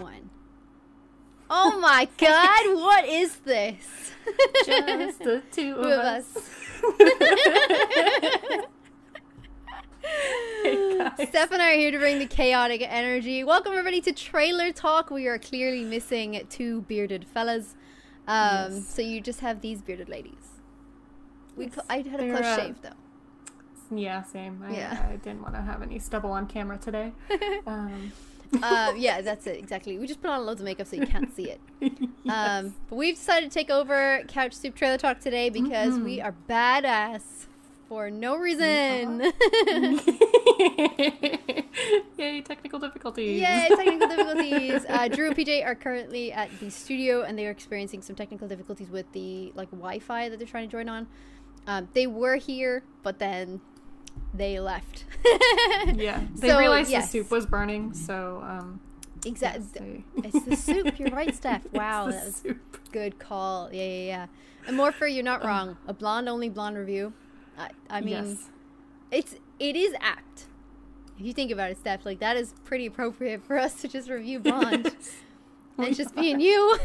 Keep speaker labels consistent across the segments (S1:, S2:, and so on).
S1: One. Oh my god, what is this?
S2: Just the two of
S1: Two of us. Steph and I are here to bring the chaotic energy. Welcome everybody to Trailer Talk. We are clearly missing two bearded fellas. Um, So you just have these bearded ladies. We cl- I had a
S2: They're,
S1: close
S2: uh,
S1: shave though.
S2: Yeah, same. I,
S1: Yeah.
S2: I didn't want to have any stubble on camera today. Um,
S1: uh, yeah, that's it exactly. We just put on loads of makeup so you can't see it. Um, but we've decided to take over Couch Soup Trailer Talk today because we are badass for no reason.
S2: Yay, technical difficulties.
S1: Yay, technical difficulties. Uh, Drew and PJ are currently at the studio and they are experiencing some technical difficulties with the like Wi-Fi that they're trying to join on. Um, they were here, but then they left.
S2: Yeah, they
S1: So,
S2: realized
S1: yes.
S2: the soup was burning, so um,
S1: exactly.
S2: they-
S1: It's the soup. You're right, Steph. Wow,
S2: it's
S1: that
S2: the
S1: was
S2: soup.
S1: Good call. Yeah, yeah, yeah. And Morpher, you're not wrong. A blonde only blonde review. I, I mean,
S2: Um, yes,
S1: it's it is apt. If you think about it, Steph, like that is pretty appropriate for us to just review blonde and just being you.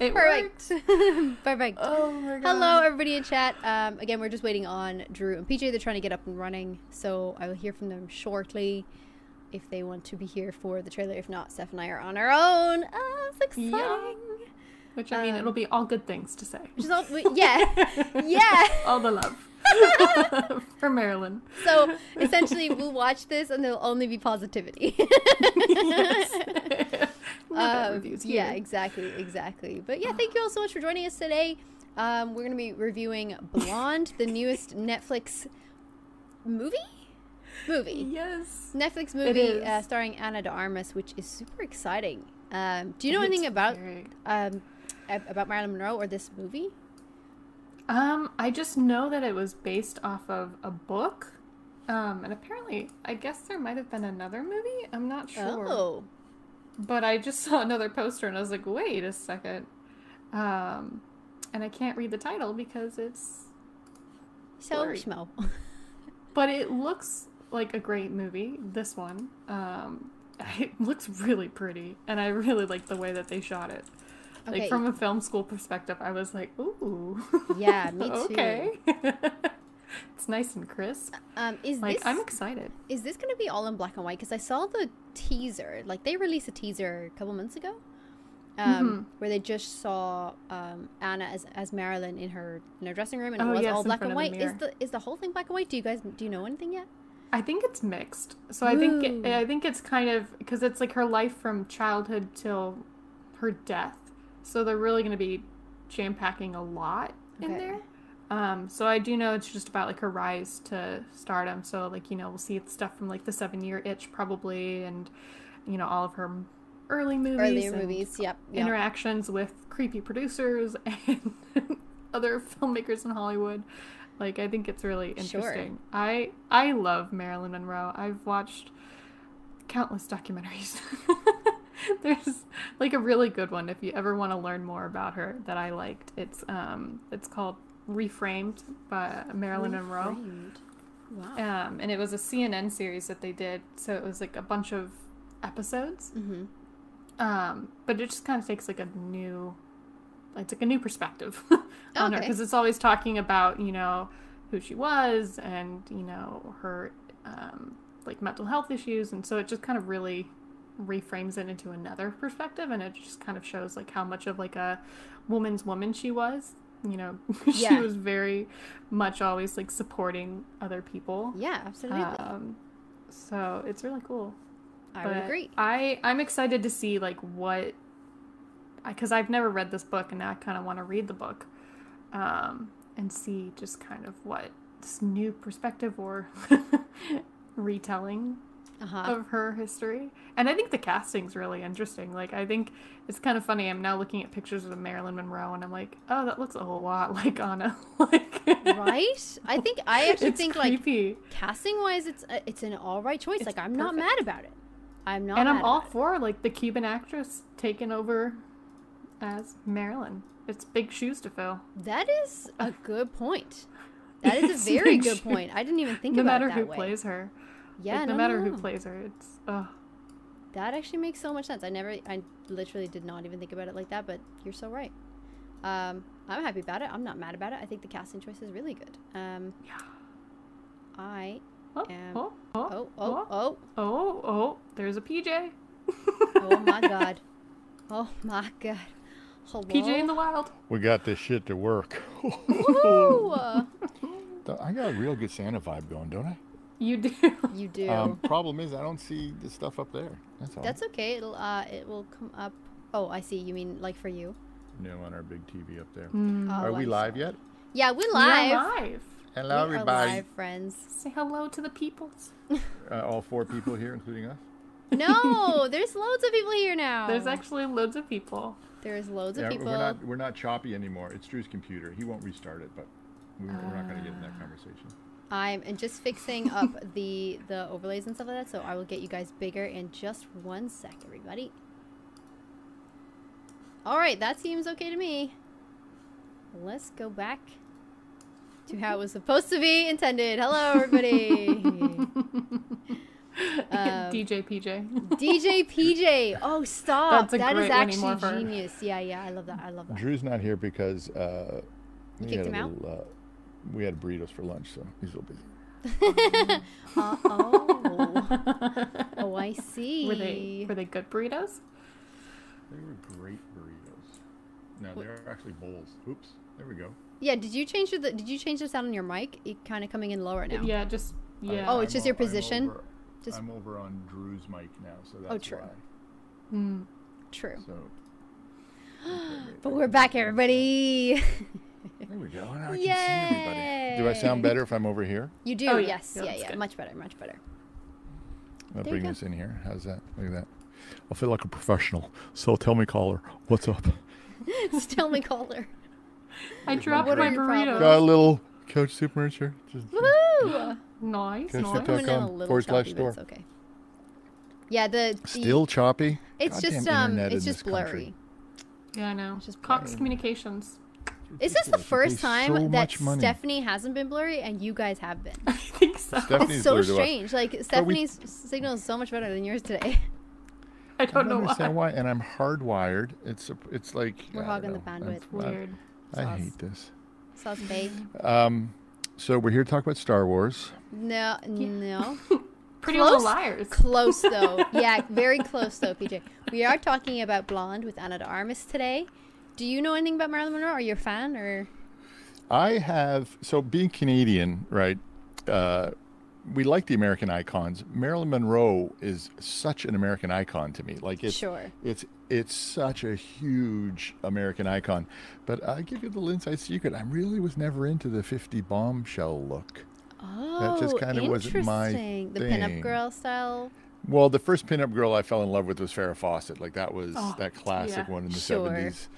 S2: it worked.
S1: Perfect. Perfect.
S2: Oh my god.
S1: Hello, everybody in chat. Um, again, we're just waiting on Drew and PJ. They're trying to get up and running, so I will hear from them shortly if they want to be here for the trailer. If not, Steph and I are on our own. Oh, it's exciting.
S2: Yeah. Which I mean,
S1: Um,
S2: it'll be all good things to say.
S1: Which is all, we- yeah, yeah.
S2: all the love for Marilyn.
S1: So essentially, we'll watch this and there'll only be positivity.
S2: yes. No bad
S1: Um,
S2: reviews
S1: uh, yeah,
S2: here.
S1: exactly, exactly. But yeah, thank you all so much for joining us today. Um, we're going to be reviewing Blonde, the newest Netflix movie? Movie.
S2: Yes.
S1: Netflix movie uh,
S2: is.
S1: starring Anna de Armas, which is super exciting. Um, do you know
S2: It's
S1: anything about
S2: very-
S1: um, ab- about Marilyn Monroe or this movie?
S2: Um, I just know that it was based off of a book. Um, and apparently, I guess there might have been another movie. I'm not sure.
S1: Oh,
S2: But I just saw another poster and I was like, wait a second. Um, and I can't read the title because it's.
S1: so
S2: Blurry.
S1: schmo.
S2: But it looks like a great movie, this one. Um, it looks really pretty. And I really like the way that they shot it.
S1: Okay.
S2: Like, from a film school perspective, I was like, ooh.
S1: Yeah, me too.
S2: okay. it's nice and crisp.
S1: Um, is
S2: Like
S1: this
S2: I'm excited.
S1: is this going to be all in black and white? Because I saw the teaser. Like they released a teaser a couple months ago, um,
S2: Mm-hmm.
S1: where they just saw um, Anna as, as Marilyn in her in her dressing room, and it
S2: Oh,
S1: was
S2: yes,
S1: all
S2: in
S1: black
S2: front
S1: and
S2: of the
S1: white. Is
S2: mirror.
S1: the is the whole thing black and white? Do you guys do you know anything yet?
S2: I think it's mixed. So I think
S1: Ooh.
S2: it, I think it's kind of because it's like her life from childhood till her death. So they're really going to be jam packing a lot in
S1: Okay.
S2: there. Um, so I do know it's just about like her rise to stardom. So like you know we'll see stuff from like the Seven Year Itch probably, and you know all of her early movies,
S1: Earlier
S2: and
S1: movies. Yep. yep.
S2: interactions with creepy producers and other filmmakers in Hollywood. Like I think it's really
S1: Sure.
S2: interesting. I I love Marilyn Monroe. I've watched countless documentaries. There's like a really good one if you ever want to learn more about her that I liked. It's um it's called Reframed by Marilyn Monroe
S1: Reframed. Wow.
S2: um, and it was a CNN series that they did. So it was like a bunch of episodes.
S1: Mhm.
S2: Um, but it just kind of takes like a new, it's like a new perspective on her
S1: Okay.
S2: because it's always talking about you know who she was and you know her um, like mental health issues, and so it just kind of really reframes it into another perspective, and it just kind of shows like how much of like a woman's woman she was. You know, she
S1: Yeah.
S2: was very much always like supporting other people.
S1: yeah, absolutely.
S2: Um, So it's really cool.
S1: I would
S2: But
S1: agree.
S2: I I'm excited to see like what, because I've never read this book and now I kind of want to read the book, um, and see just kind of what this new perspective or retelling
S1: Uh-huh.
S2: of her history. And I think the casting's really interesting. Like I think it's kind of funny. I'm now looking at pictures of Marilyn Monroe and I'm like, oh, that looks a whole lot like Anna. like
S1: right? I think I actually
S2: it's
S1: think like
S2: creepy.
S1: casting wise, it's uh, it's an all right choice.
S2: It's
S1: like I'm not
S2: perfect.
S1: mad about it. I'm not.
S2: and I'm
S1: mad
S2: all
S1: about it.
S2: for like the Cuban actress taking over as Marilyn. It's big shoes to fill.
S1: That is a good point. That is a very
S2: Like,
S1: good point. I didn't even think
S2: no
S1: about
S2: matter
S1: it that
S2: who
S1: way.
S2: plays her,
S1: Yeah,
S2: like, no,
S1: no,
S2: matter
S1: no,
S2: who
S1: no.
S2: plays her, it's oh,
S1: That actually makes so much sense. I never, I literally did not even think about it like that. But you're so right. Um, I'm happy about it. I'm not mad about it. I think the casting choice is really good. Um,
S2: Yeah.
S1: I
S2: oh,
S1: Um,
S2: oh, oh,
S1: oh oh oh
S2: oh, oh, there's a PJ.
S1: oh my god, oh my god, hello.
S2: PJ in the wild.
S3: We got this shit to work.
S1: Woo!
S3: I got a real good Santa vibe going, don't I?
S2: You do.
S1: you do.
S3: Um, problem is, I don't see the stuff up there. That's all.
S1: That's okay. It'll uh, it will come up. Oh, I see. You mean like for you?
S3: new on our big TV up there.
S1: Oh,
S3: Are
S1: I
S3: we
S1: see.
S3: live yet?
S1: Yeah, we're
S2: We
S1: live.
S2: are live.
S3: Hello,
S1: we
S3: everybody.
S1: are live, friends.
S2: Say hello to the peoples.
S3: Uh, all four people here, including us.
S1: No, there's loads of people here now.
S2: There's actually loads of people.
S1: there's loads of
S3: Yeah,
S1: people.
S3: we're not we're not choppy anymore. It's Drew's computer. He won't restart it, but we, we're not going to get in
S1: Ah.
S3: that conversation.
S1: I'm and just fixing up the the overlays and stuff like that. So I will get you guys bigger in just one sec, everybody. All right, that seems okay to me. Let's go back to how it was supposed to be intended. Hello, everybody. Um,
S2: DJ PJ.
S1: DJ PJ. Oh, stop.
S2: That's a
S1: That is
S2: great Winnie
S1: actually
S2: Morpher.
S1: genius. Yeah, yeah. I love that. I love that.
S3: Drew's not here because uh, we
S1: kicked
S3: had a
S1: him out?
S3: little, uh, we had burritos for lunch, so he's a little busy.
S1: Uh, oh. oh, I see.
S2: were they were they good burritos?
S3: They were great burritos. No, they are actually bowls. Oops. There we go.
S1: Yeah, did you change the did you change the sound on your mic? It kind of coming in lower now.
S2: Yeah, just yeah.
S1: Oh, it's just your position?
S3: over,
S1: Just- Oh,
S3: I'm over on Drew's mic now, so that's
S1: true.
S3: why.
S2: Mm.
S1: True.
S3: So.
S1: But we're back, everybody.
S3: There we go. Now I
S1: Yay!
S3: can see everybody. Do I sound better if I'm over here?
S1: You do.
S2: Oh, yeah.
S1: Yes.
S2: Yeah,
S1: Yeah, yeah.
S2: that's good.
S1: Much better. Much better.
S3: I'll
S1: There you
S3: bring
S1: go.
S3: this in here. How's that? Look at that. I feel like a professional. So tell me, caller, what's up?
S1: Just tell me caller.
S2: I dropped
S3: What are
S2: my
S1: your
S2: burrito.
S3: Got a little couch super chair. Just
S1: Woo!
S2: Nice,
S3: Can I
S2: nice.
S3: sit down?
S1: Coming in a
S3: com
S1: little
S3: forward slash
S1: choppy, but it's
S3: store.
S1: okay. Yeah, the, the
S3: still choppy.
S1: it's
S3: Goddamn
S1: just um
S3: internet
S1: it's
S3: in
S1: just
S3: this
S1: blurry.
S3: country.
S2: Yeah, I know.
S1: It's just
S2: Cox
S1: blurry.
S2: Communications.
S1: Is this the
S3: Ridiculous. They
S1: first
S3: pay
S1: time
S3: so
S1: that
S3: much money.
S1: Stephanie hasn't been blurry and you guys have been?
S2: I think so.
S3: Stephanie-
S1: It's
S3: Stephanie's
S1: so
S3: blurred to us.
S1: strange. Like Stephanie's signal is so much better than yours today.
S2: I
S3: I
S2: don't
S3: don't
S2: know why.
S3: understand why. and I'm hardwired. It's a, it's like
S1: We're
S3: I
S1: hogging
S3: don't
S1: the
S3: know.
S1: bandwidth.
S3: I-
S2: Weird.
S3: I,
S1: Sauce.
S3: hate this.
S1: Sauce babe.
S3: Um, so we're here to talk about Star Wars.
S1: No, no.
S2: Pretty
S1: Close-
S2: little liars.
S1: Close though. yeah, very close though, PJ. We are talking about Blonde with Anna de Armas today. Do you know anything about Marilyn Monroe? Are you a fan or
S3: I have so being Canadian, right? Uh, we like the American icons. Marilyn Monroe is such an American icon to me. Like it's
S1: Sure.
S3: it's it's such a huge American icon. But I give you the little inside secret. I really was never into the 50 bombshell look.
S1: Oh,
S3: just kinda wasn't my
S1: interesting. The
S3: thing.
S1: pinup girl style.
S3: Well, the first pinup girl I fell in love with was Farrah Fawcett. Like that was
S2: Oh,
S3: that classic
S2: yeah. Mm-hmm.
S3: one in the
S1: Sure.
S3: 70s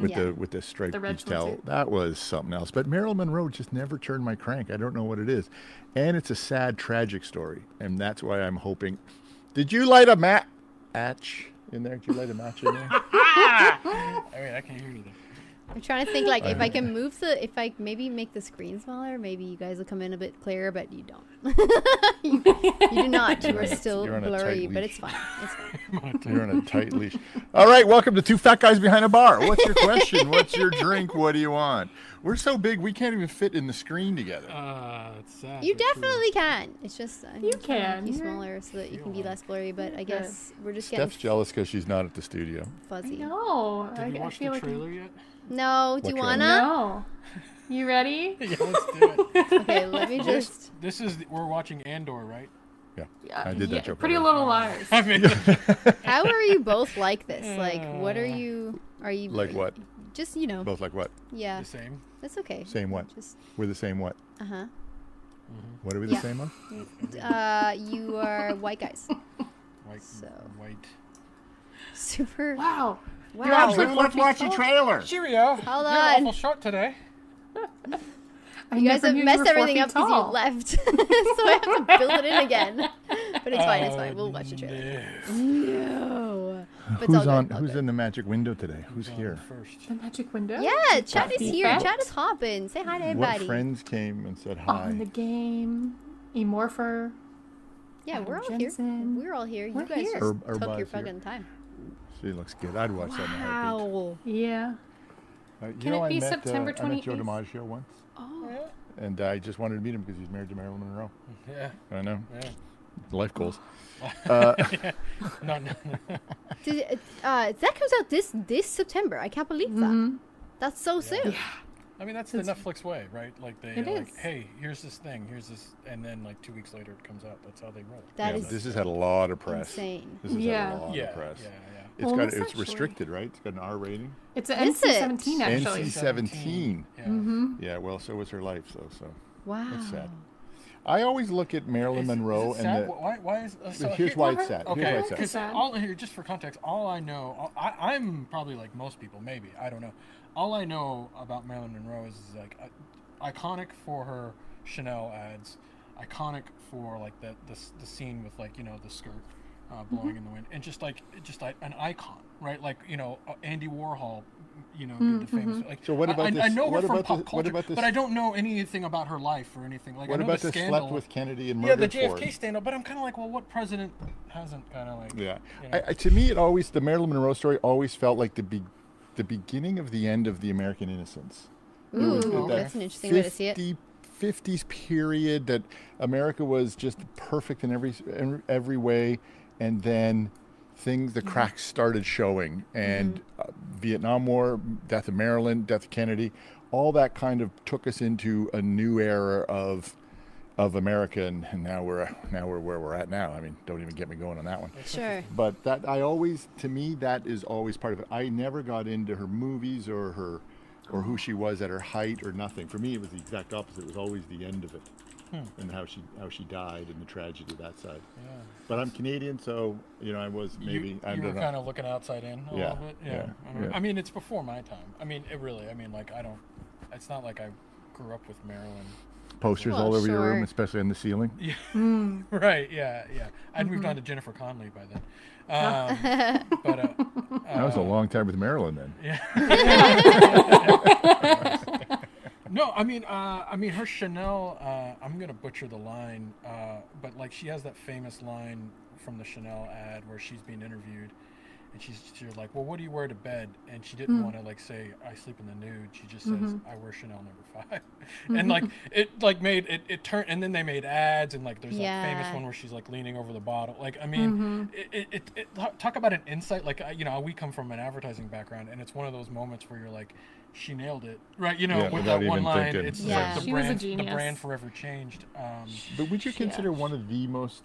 S3: with
S1: Yeah.
S3: the with the striped
S2: The red
S3: beach towel.
S2: swimsuit.
S3: That was something else. But Marilyn Monroe just never turned my crank. I don't know what it is. And it's a sad tragic story, and that's why I'm hoping Did you light a mat- match in there? Did you light a match in there? I mean, I can hear you there.
S1: I'm trying to think like if I can move the if I maybe make the screen smaller, maybe you guys will come in a bit clearer, but you don't. you, you do not. You
S3: You're
S1: are
S3: on a-
S1: still
S3: you're on a tight
S1: blurry, but
S3: leash.
S1: it's fine. It's fine.
S3: You're on a tight leash. All right, welcome to Two Fat Guys Behind a Bar. What's your question? What's your drink? What do you want? We're so big we can't even fit in the screen together.
S4: Uh, it's sad.
S1: You
S4: but true.
S1: definitely can. It's just I'm
S2: You
S1: trying to make
S2: can.
S1: you smaller so that you can be less blurry, but I guess we're just
S3: Steph's
S1: getting
S3: jealous because she's not at the studio.
S1: fuzzy.
S2: No, I,
S4: Did you
S2: I
S4: watch
S2: feel
S4: the
S2: like
S4: trailer yet?
S1: No, do
S3: What
S1: you
S3: trailer?
S1: wanna?
S2: no. You ready?
S4: Yeah, let's do it.
S1: Okay, let me just.
S4: This is the, we're watching Andor, right?
S3: Yeah.
S2: Yeah,
S3: I did that
S2: yeah,
S3: joke
S2: Pretty
S3: already.
S2: Little Liars.
S4: I mean,
S1: How are you both like this? Like, what are you? Are you
S3: Like what?
S1: Just you know,
S3: Both like what?
S1: yeah,
S4: the same.
S1: that's okay.
S3: Same what?
S1: Just
S3: We're the same what?
S1: uh
S2: Uh-huh.
S1: huh.
S4: Mm-hmm.
S3: What are we the
S1: Yeah.
S3: same on?
S1: Uh, you are white guys.
S4: White.
S1: So.
S4: White.
S1: Super.
S2: Wow.
S1: Wow.
S2: actually-
S3: Let's watch a trailer.
S4: Cheerio.
S1: Hold
S4: You're
S1: on.
S4: awful short today.
S2: I
S1: You guys
S2: never
S1: have
S2: knew you
S1: messed
S2: were four
S1: everything
S2: feet
S1: up because you
S2: tall.
S1: left, so I have to build it in again. But it's fine. It's fine. We'll watch the trailer. No. But it's all
S3: Who's
S1: good,
S3: on?
S1: all
S3: Who's
S1: good.
S3: in the magic window today? Who's here?
S4: First.
S2: The Magic Window?
S1: Yeah, Chad is
S2: Buffy
S1: here.
S2: Buffy.
S1: Chad is hopping. Say hi to
S3: What
S1: everybody.
S3: friends came and said
S2: On the
S3: hi?
S2: game. Emorpher.
S1: Yeah, we're all
S2: Adam Jensen.
S1: here. We're all here. You
S2: We're
S1: guys
S2: here.
S1: just
S3: Herb-
S1: took your
S3: Herbive's here.
S1: fucking time.
S3: She looks good. I'd watch that. in a heartbeat.
S1: Wow.
S2: Yeah.
S3: Uh, you
S2: Can
S3: know,
S2: it be
S3: I met,
S2: September
S3: uh, I met Joe
S2: 28th?
S3: DiMaggio once,
S2: Oh.
S3: and I just wanted to meet him because he's married to Marilyn Monroe.
S4: Yeah.
S3: I know.
S4: Yeah.
S3: Life goals. Uh,
S4: No, no, no.
S1: Did, uh, that comes out this this September. I can't believe that. That's so soon.
S4: I mean, that's the Netflix way, right? Like they,
S2: It
S4: are like,
S2: is.
S4: hey, here's this thing, here's this, and then like two weeks later it comes out. That's how they roll.
S1: That
S3: yeah,
S1: is
S3: this has had a lot of press.
S1: insane.
S3: This has
S2: Yeah.
S3: had a lot
S4: yeah,
S3: of press.
S4: yeah, yeah.
S3: It's
S2: Well,
S3: got
S2: it's
S3: it's
S2: actually-
S3: restricted, right? It's got an R rating.
S2: It's an
S1: Is
S2: NC 17,
S1: it?
S2: actually.
S3: NC seventeen.
S4: Yeah.
S2: Mm-hmm.
S3: Yeah, well, so was her life, so so.
S1: Wow.
S3: It's sad. Oh. I always look at Marilyn
S4: Is-
S3: Monroe
S4: is it sad?
S3: and the,
S4: why, why is uh, so
S3: here's
S4: here-
S3: why it's sad. Here's why
S4: Okay,
S3: it's sad.
S4: because
S2: sad.
S4: all here, just for context, all I know, all- I, I'm probably like most people, maybe I don't know. All I know about Marilyn Monroe is like I iconic for her Chanel ads, iconic for like the the, s- the scene with like you know the skirt uh, blowing in the wind, and just like just like an icon, right? Like you know uh, Andy Warhol, you know, did the famous like.
S3: So what
S4: I-
S3: about
S4: I, I
S3: this-
S4: know
S3: what
S4: her from
S3: about
S4: pop
S3: this-
S4: culture,
S3: what about
S4: but
S3: this-
S4: I don't know anything about her life or anything. Like I
S3: What
S4: know
S3: about
S4: the
S3: the
S4: scandal.
S3: slept with Kennedy and
S4: Yeah,
S3: murdered
S4: the JFK
S3: Ford?
S4: stand-up, but I'm kind of like, well, what president hasn't kind of like?
S3: Yeah.
S4: you know?
S3: I, I, to me, it always the Marilyn Monroe story always felt like the be, the beginning of the end of the American innocence.
S1: Ooh,
S3: That
S1: that's an interesting way to see it.
S3: 50 50s period that America was just perfect in every in every way, and then things
S1: Mm-hmm.
S3: the cracks started showing, and uh, Vietnam War, death of Maryland, death of Kennedy, all that kind of took us into a new era of. Of America, and and now we're now we're where we're at now. I mean, don't even get me going on that one.
S1: Sure.
S3: But that I always, to me, that is always part of it. I never got into her movies or her, or who she was at her height or nothing. For me, it was the exact opposite. It was always the end of it,
S4: Hmm.
S3: and how she how she died and the tragedy of that side. But I'm Canadian, so you know I was maybe
S4: uh, you,
S3: I
S4: you were
S3: don't know.
S4: kind of looking outside in a
S3: Yeah,
S4: little bit. Yeah.
S3: yeah,
S4: I, mean,
S3: yeah.
S4: I mean, it's before my time. I mean, it really. I mean, like, I don't. It's not like I grew up with Marilyn.
S3: posters
S1: Well,
S3: all over your room,
S1: sure.
S3: especially on the ceiling.
S4: right. Yeah. Yeah. I'd moved on to Jennifer Connelly by then. Um, but uh,
S3: that was a long time with Marilyn then.
S4: no, I mean, uh, I mean, her Chanel. Uh, I'm gonna butcher the line, uh, but like, she has that famous line from the Chanel ad where she's being interviewed, and she's she's like, "Well, what do you wear to bed?" And she didn't want to like say, "I sleep in the nude." She just says, "I wear Chanel number 5 and like it like made it it turned, and then they made ads, and like there's that famous
S1: Yeah.
S4: one where she's like leaning over the bottle. Like, I mean, it, it, it, it ta- talk about an insight. Like, I- you know, we come from an advertising background, and it's one of those moments where you're like, she nailed it, right? You know,
S3: Yeah,
S4: with
S3: without
S4: that one
S3: even
S4: line,
S3: thinking.
S4: it's
S1: Yeah.
S4: like the
S2: She was a
S4: brand, the
S2: genius.
S4: brand forever changed. Um,
S3: But would you
S2: Yeah.
S3: consider one of the most,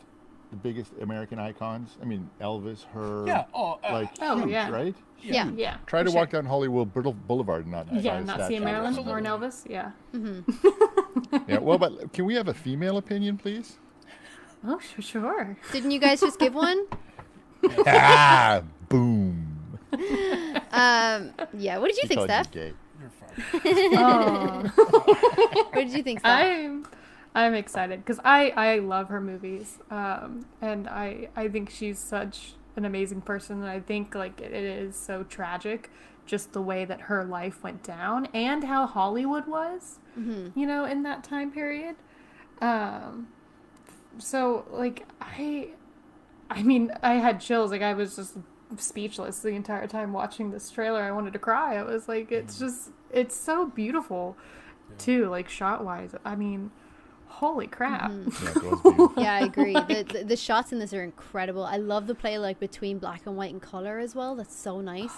S3: the biggest American icons? I mean, Elvis, her.
S4: yeah, oh, uh,
S3: Like
S2: Oh,
S3: huge,
S2: yeah.
S3: right?
S1: Yeah.
S2: Mm-hmm. Yeah.
S3: Try to walk down Hollywood Boul- Boulevard and not buy
S2: Yeah,
S3: a
S2: not seeing
S3: statue or
S2: Marilyn
S3: something.
S2: or an Elvis. Yeah.
S3: Yeah, well, but can we have a female opinion, please?
S2: Oh, sure. sure.
S1: Didn't you guys just give one?
S3: ah, boom.
S1: Um, yeah. What did you think, Steph?
S3: gay.
S4: you're fine.
S1: What did you think, Steph?
S2: I'm I'm excited because I I love her movies, um, and I I think she's such an amazing person, and I think like it, it is so tragic just the way that her life went down and how Hollywood was, you know, in that time period. Um, so like I, I mean, I had chills. Like I was just speechless the entire time watching this trailer. I wanted to cry. I was like, it's just it's so beautiful too, like shot wise. I mean, holy crap.
S3: Yeah, it goes beautiful.
S1: Yeah, I agree. The, the the shots in this are incredible. I love the play like between black and white and color as well. That's so nice.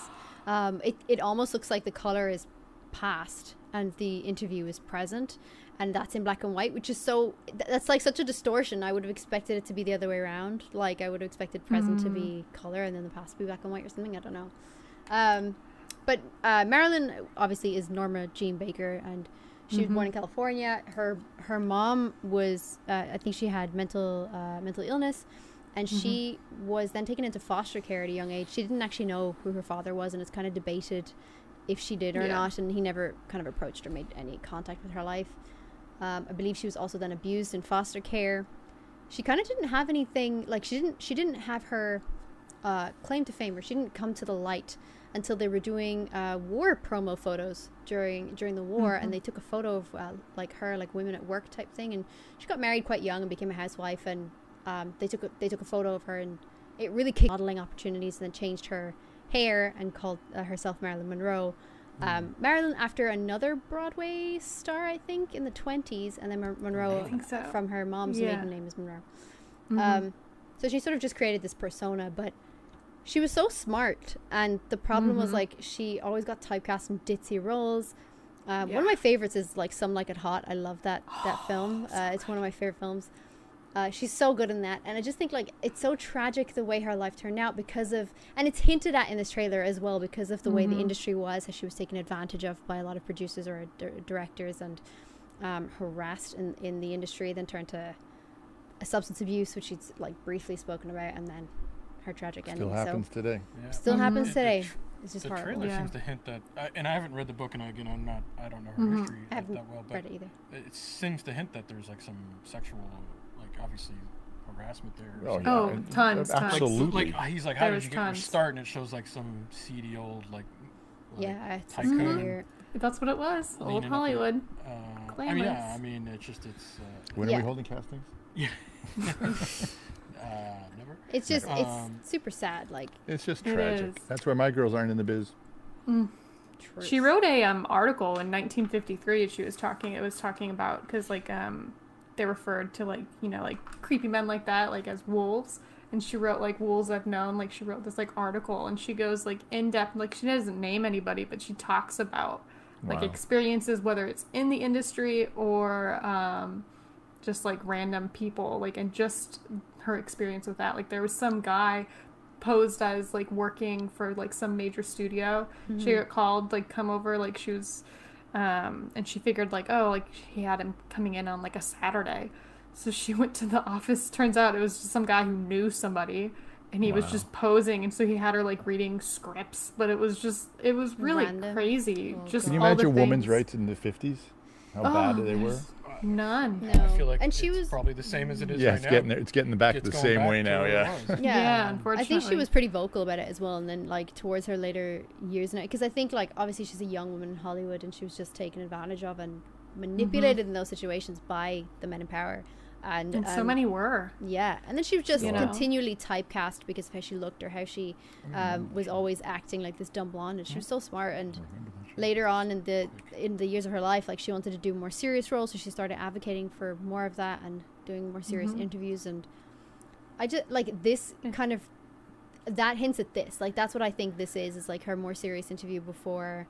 S1: Um, it it almost looks like the color is past and the interview is present and that's in black and white which is so th- that's like such a distortion i would have expected it to be the other way around like i would have expected present to be color and then the past to be black and white or something i don't know um, but uh, marilyn obviously is norma jean baker and she was born in california her her mom was uh, i think she had mental uh, mental illness and she was then taken into foster care at a young age she didn't actually know who her father was and it's kind of debated if she did or
S2: Yeah.
S1: not and he never kind of approached or made any contact with her life um, i believe she was also then abused in foster care she kind of didn't have anything like she didn't she didn't have her uh, claim to fame or she didn't come to the light until they were doing uh, war promo photos during during the war
S2: Mm-hmm.
S1: and they took a photo of uh, like her like women at work type thing and she got married quite young and became a housewife and um, they took a, they took a photo of her and it really kicked modeling opportunities and then changed her hair and called uh, herself Marilyn Monroe.
S2: Mm-hmm.
S1: Um, Marilyn after another Broadway star I think in the 20s and then Mon- Monroe
S2: think so.
S1: from her mom's
S2: Yeah. Mm-hmm.
S1: maiden name is Monroe. Um, so she sort of just created this persona, but she was so smart. And the problem
S2: Mm-hmm.
S1: was like she always got typecast in ditzy roles. Uh, One
S2: Yeah.
S1: of my favorites is like Some Like It Hot. I love that that film. Uh, it's one of my favorite films. Uh, she's so good in that, and I just think like it's so tragic the way her life turned out because of, and it's hinted at in this trailer as well because of the way the industry was, how she was taken advantage of by a lot of producers or dir- directors and um, harassed in in the industry, then turned to substance abuse, which she's like briefly spoken about, and then her tragic
S3: Still
S1: ending.
S3: happens
S1: So
S3: today.
S4: Yeah.
S1: still
S4: Well,
S1: happens
S4: it-
S1: today.
S4: The, Mm-hmm. tr-
S1: It's just
S4: the
S1: horrible.
S4: trailer
S2: Yeah.
S4: seems to hint that, I and I haven't read the book, and again, I'm not, I don't know her
S2: Mhm.
S4: history
S1: Mm-hmm. I
S4: like,
S1: haven't
S4: that well, but
S1: read it either.
S4: it seems to hint that there's like some sexual, like obviously harassment there. or
S3: Oh,
S4: something.
S3: yeah.
S2: Oh,
S3: and-
S2: tons, tons.
S3: Absolutely.
S4: Like, he's like, how
S2: There
S4: did
S2: was
S4: you get your
S2: tons.
S4: start? And it shows like some seedy old like. like,
S1: Yeah, it's just
S4: tycoon.
S1: weird.
S2: That's what it was. Old
S4: Leaning up
S2: Hollywood.
S4: Uh, I mean,
S2: Glamorous.
S4: yeah, I mean, it's just it's. Uh,
S3: when are
S1: Yeah.
S3: we holding castings?
S4: yeah. uh, never.
S1: It's just
S4: Um,
S1: it's super sad. Like
S3: It's just
S2: It
S3: tragic.
S2: is.
S3: That's why my girls aren't in the biz.
S1: truth.
S2: She wrote a um, article in 1953. and She was talking. It was talking about because like um, they referred to like you know like creepy men like that like as wolves. And she wrote like wolves I've known. Like she wrote this like article and she goes like in depth. Like she doesn't name anybody, but she talks about like
S3: Wow.
S2: experiences whether it's in the industry or um, just like random people like and just her experience with that like there was some guy posed as like working for like some major studio she
S1: Mm-hmm.
S2: got called like come over like she was um and she figured like oh like he had him coming in on like a saturday so she went to the office turns out it was just some guy who knew somebody and he was
S3: Wow.
S2: just posing and so he had her like reading scripts but it was just it was really
S1: Random. Oh,
S2: crazy just
S3: Can you
S2: all
S3: imagine
S2: the
S3: women's
S2: things.
S3: rights in the 50s? How
S2: Oh,
S3: bad they were?
S2: there's none
S1: No.
S4: I feel like
S1: and she
S4: it's
S1: was
S4: probably the same as it is
S3: Yeah,
S4: right
S3: it's
S4: now.
S3: getting there. It's getting back
S4: It's
S3: the
S4: going
S3: same
S4: back
S3: way
S4: to
S3: now.
S4: where it
S3: Yeah.
S4: was.
S1: yeah, I think she
S2: unfortunately.
S1: was pretty vocal about it as well, and then like towards her later years now, because I think like obviously she's a young woman in Hollywood, and she was just taken advantage of and manipulated in those situations by the men in power, and,
S2: Mm-hmm. and so
S1: um,
S2: many were
S1: Yeah, and then she was just
S2: You know?
S1: continually typecast because of how she looked or how she um, was always acting like this dumb blonde, and she was so smart. And later on in the in the years of her life, like she wanted to do more serious roles, so she started advocating for more of that and doing more serious
S2: Mm-hmm.
S1: interviews. And I just like this
S2: Mm.
S1: kind of that hints at this. Like that's what I think this is is like her more serious interview before,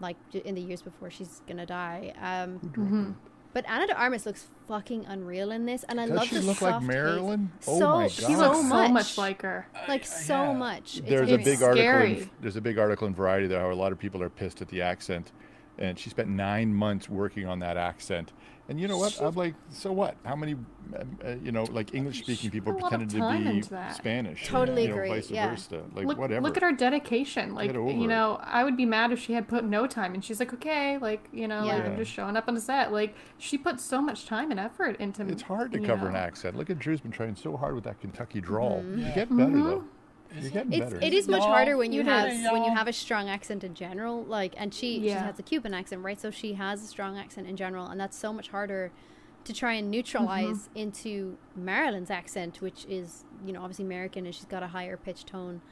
S1: like j- in the years before she's gonna die. Um,
S2: Mm-hmm.
S1: But Anna de Armas looks fucking unreal in this, and I
S3: Does
S1: love
S3: she
S1: the
S3: look like
S1: soft gaze.
S3: Marilyn? Oh
S1: so,
S3: my
S1: she
S3: God.
S1: looks
S2: so much, like her
S1: like
S4: I-
S1: so
S4: yeah.
S1: much. It's
S3: There's a
S1: unreal.
S3: big article. In,
S2: scary.
S3: there's a big article in Variety that how a lot of people are pissed at the accent, and she spent nine months working on that accent. And you know what? I'm like, so what? How many, um, uh, you know, like English-speaking people
S2: put a lot of
S3: pretended
S2: time
S3: to be
S2: into that.
S3: Spanish? and,
S1: Totally
S3: you know,
S1: agree,
S3: Vice
S1: yeah.
S3: versa. Like
S2: look,
S3: whatever.
S2: look at her dedication. Like,
S3: over
S2: you know, I would be mad if she had put no time and she's like, okay, like, you know, like,
S3: Yeah.
S2: I'm just showing up on the set. Like, she put so much time and effort into
S3: It's hard to
S2: you
S3: cover
S2: know.
S3: an accent. Look at Drew's been trying so hard with that Kentucky drawl.
S2: Mm-hmm.
S3: You
S4: Yeah.
S3: get better though. You're getting
S1: It's,
S3: better.
S1: it is much
S4: Y'all,
S1: harder when you
S2: it
S1: have
S4: is,
S1: when you
S4: y'all.
S1: have a strong accent in general. Like, and she
S2: Yeah.
S1: she has a Cuban accent, right? So she has a strong accent in general, and that's so much harder to try and neutralize into Marilyn's accent, which is you know obviously American, and she's got a higher pitched tone.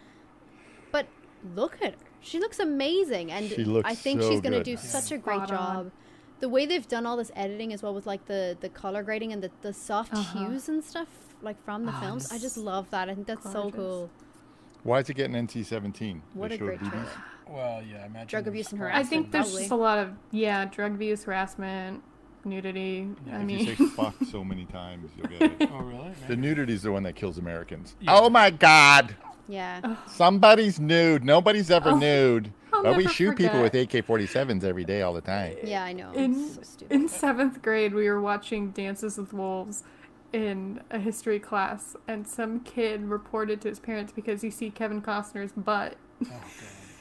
S1: But look at her; she looks amazing, and
S3: She looks
S1: I think
S3: so
S1: she's going to
S3: good.
S1: do
S3: Yeah.
S1: such a great
S2: Spot on.
S1: job. The way they've done all this editing as well with like the the color grading and the the soft hues and stuff like from the films, I just love that. I think that's so
S2: Gorgeous.
S1: cool.
S3: Why is it getting NC-17?
S1: What
S3: They
S1: a
S3: showed
S1: great
S3: boobies?
S1: trailer.
S4: Well, yeah, imagine
S1: Drug
S4: there's-
S1: abuse and
S2: I
S1: harassment.
S2: think there's just a
S1: probably.
S2: lot of yeah, drug abuse, harassment, nudity. I
S3: If
S2: mean,
S3: you say fuck so many times, you'll get it.
S4: Oh, really?
S3: The
S4: Man,
S3: nudity is the one that kills Americans.
S4: Yeah.
S3: Oh my God!
S1: Yeah.
S3: Somebody's nude. Nobody's ever nude.
S2: I'll
S3: but we
S2: never
S3: shoot people with
S2: forget.
S3: AK-47s every day, all the time.
S1: Yeah, I know.
S2: in
S1: It's so stupid.
S2: in seventh grade, we were watching Dances with Wolves in a history class, and some kid reported to his parents because he see Kevin Costner's butt.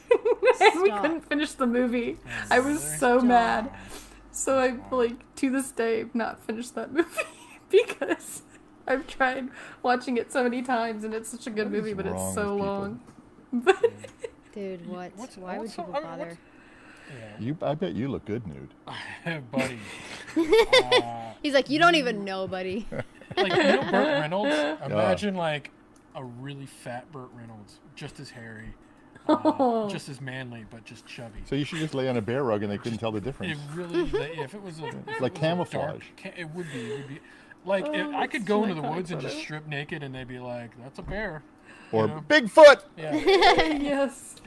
S2: and we
S1: Stop.
S2: couldn't finish the movie. I was
S4: really?
S2: so mad. So I like to this day have not finished that movie because I've tried watching it so many times, and it's such a good
S3: What is
S2: movie, but it's
S3: wrong
S2: so
S3: with people?
S2: long. But
S1: Dude, what?
S4: what's-
S1: Why would
S4: what's so-
S1: people
S4: I mean,
S1: bother?
S4: what's- Yeah.
S3: You, I bet you look good nude.
S4: buddy.
S1: He's like, you don't
S2: Hmm.
S1: even know, buddy.
S4: Like, you know Burt Reynolds? Imagine, like, a really fat Burt Reynolds, just as hairy, uh,
S2: Oh.
S4: just as manly, but just chubby.
S3: So you should just lay on a bear rug and they couldn't tell the
S4: It
S3: difference.
S4: really, they- if it was a, if it
S3: like
S4: was a
S3: camouflage.
S4: dark ca- it would be, it would be. Like, if I
S2: that's
S4: could go
S2: an
S4: into the
S2: iconic
S4: woods and
S2: photo.
S4: just strip naked, and they'd be like, "That's a bear."
S3: Or
S4: know?
S3: Bigfoot.
S4: Yeah.
S2: yes.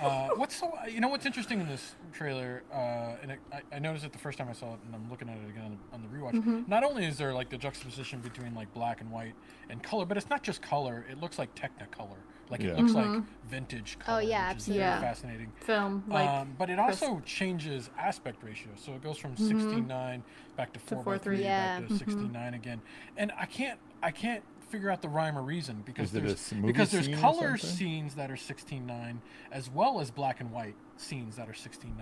S4: Uh, what's so you know what's interesting in this trailer, uh, and it, I, I noticed it the first time I saw it, and I'm looking at it again on the, on the rewatch. Not only is there like the juxtaposition between like black and white and color, but it's not just color; it looks like Technicolor, like
S3: Yeah.
S4: it looks like vintage color.
S1: yeah,
S4: which is
S2: absolutely.
S4: really
S2: Yeah.
S4: fascinating.
S2: Film
S1: Mm-hmm.
S2: like
S4: um, but it also changes aspect ratio, so it goes from
S1: Mm-hmm.
S4: 16.9 back to 4 by
S2: 4:3.
S4: 3
S1: Yeah. mm-hmm.
S4: back to 16.9 again. And I can't, I can't figure out the rhyme or reason because
S3: Is it a
S4: there's
S3: s- movie
S4: because there's
S3: scene or
S4: color
S3: something?
S4: scenes that are 16.9 as well as black and white scenes that are 16.9.